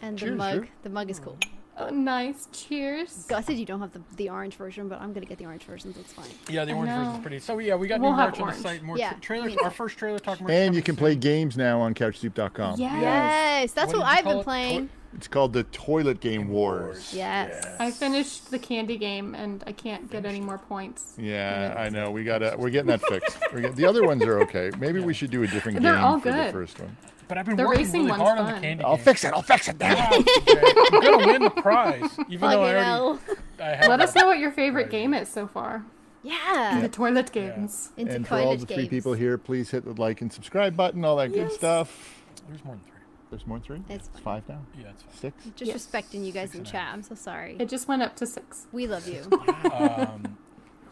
S1: And the
S3: Cheers,
S1: mug.
S3: sure.
S1: The mug is cool.
S2: Oh, nice. Cheers.
S1: Gutted you don't have the, the orange version, but I'm gonna get the orange version. That's fine.
S4: Yeah, the
S2: I
S4: orange version's
S2: know.
S4: pretty. So yeah, we got
S2: We'll
S4: new
S2: have
S4: merch on the
S2: orange.
S4: site. More
S1: Yeah.
S4: tra- trailers. Our first trailer talk merch.
S3: And you
S4: coming
S3: can
S4: soon.
S3: play games now on couchsoup.com.
S2: Yes.
S1: Yes, that's what,
S4: did you
S1: I've
S4: call
S1: been
S4: it?
S1: playing.
S4: Toi-
S3: It's called the Toilet Game Wars.
S1: yes.
S2: I finished the candy game and I can't get any more points.
S3: Yeah, I know. We gotta. We're getting that fixed. We're get, the other ones are okay. Maybe we should do a different
S2: They're
S3: game
S2: all
S3: for the
S2: good.
S3: first one.
S4: But I've been
S2: The
S4: working
S2: racing
S4: really
S2: one's
S4: hard on the
S2: fun.
S4: candy.
S3: I'll
S4: game.
S3: fix it. I'll fix it. Damn it.
S4: Wow, okay. I'm gonna win the prize, even though I
S1: Fucking
S4: already.
S1: hell.
S4: I have
S2: Let us
S4: that.
S2: know what your favorite game is so far.
S1: Yeah.
S2: The toilet games.
S1: Into
S3: And for
S1: college
S3: all the three
S1: games.
S3: people here, please hit the like and subscribe button. All that good
S2: Yes.
S3: stuff.
S4: uh, There's more than three.
S3: There's more than three.
S1: It's
S3: It's five now.
S4: Yeah, it's fine.
S3: Six.
S1: Just
S2: Yes.
S1: respecting you guys in chat. I'm so sorry.
S2: It just went up to six.
S1: we love you.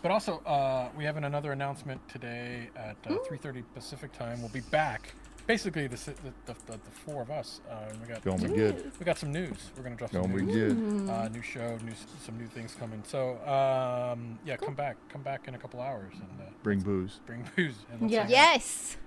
S4: But also, uh, we have an, another announcement today at uh, 3:30 Pacific time. We'll be back. Basically, the si- the, the, the, the four of us. Uh, and we got
S3: Going to be good.
S4: we got some news. We're gonna drop some
S3: Going to
S4: news.
S3: be good.
S1: Mm-hmm.
S4: Uh, new show, new s- some new things coming. So um, yeah, come back, come back in a couple hours and uh,
S3: Bring booze.
S4: bring booze. And let's
S2: Yeah.
S4: hang out.
S1: yes.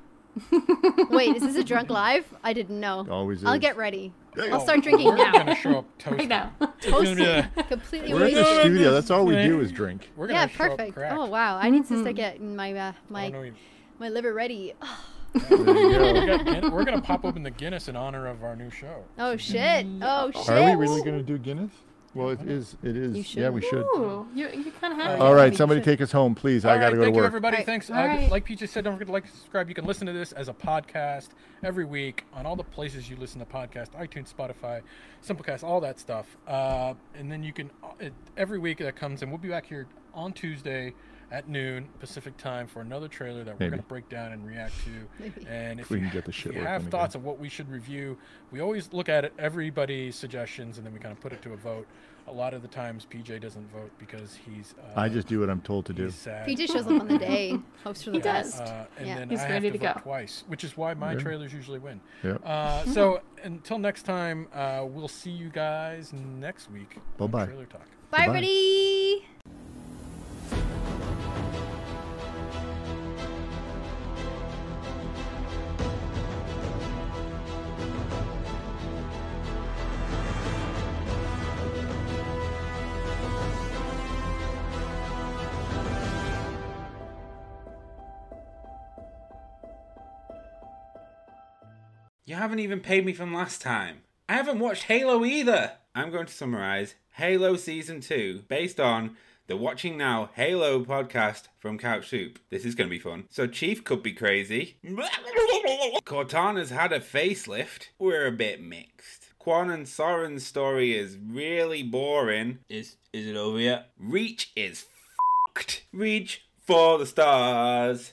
S1: Wait, is this a drunk live? I didn't know.
S3: Always
S1: I'll
S3: is.
S1: get ready.
S3: Hey,
S1: I'll
S4: Oh,
S1: start drinking
S4: we're
S1: now.
S4: gonna show up toasted.
S2: Right now.
S1: Toasted. Completely
S3: We're at
S1: wasted.
S3: the studio. That's all we do is drink.
S4: We're gonna
S1: Yeah,
S4: show up
S1: perfect.
S4: cracked.
S1: Oh wow, I need to
S2: Mm-hmm.
S1: start getting my uh,
S4: I
S1: my
S4: don't know even-
S1: my liver ready.
S3: There you go.
S4: We got Guin- we're gonna pop open the Guinness in honor of our new show.
S1: Oh shit.
S2: Mm-hmm.
S1: Oh shit.
S3: Are we really going to do Guinness? Well, it is. It is.
S1: should.
S3: Yeah, we should.
S2: Ooh, you, you kind of have to.
S3: All right, somebody take us home, please. I
S4: All
S3: got to go
S4: right,
S3: to
S4: thank you,
S3: work.
S4: everybody.
S1: All right.
S4: Thanks. Uh,
S2: All right.
S4: Like PJ said, don't forget to like, subscribe. You can listen to this as a podcast every week on all the places you listen to podcasts: iTunes, Spotify, Simplecast, all that stuff. Uh, and then you can uh, it, every week that comes, and we'll be back here on Tuesday at noon Pacific time for another trailer that we're
S3: Maybe.
S4: going to break down and react to. and if
S3: we
S4: you-
S3: can get the
S4: if
S3: shit
S4: you
S3: working
S4: have
S3: again.
S4: thoughts of what we should review, we always look at it, everybody's suggestions, and then we kind of put it to a vote. A lot of the times, PJ doesn't vote because he's. Uh,
S3: I just do what I'm told to do.
S4: he's sad.
S1: PJ shows up on the day. Hopes for the
S2: He does.
S1: best.
S4: Uh, and
S1: Yeah.
S4: then
S2: He's
S4: I
S2: ready
S4: have to,
S2: to
S4: vote
S2: go.
S4: twice, which is why my trailers usually win.
S3: Yep.
S4: Uh, so until next time, uh, we'll see you guys next week. on
S3: Bye-bye.
S4: Trailer Talk.
S1: Bye,
S3: Goodbye.
S1: everybody.
S5: You haven't even paid me from last time. I haven't watched Halo either. I'm going to summarize Halo Season 2 based on the Watching Now Halo podcast from Couch Soup. This is going to be fun. So, Chief could be crazy. Cortana's had a facelift. We're a bit mixed. Quan and Soren's story is really boring. Is is it over yet? Reach is fucked. Reach for the stars.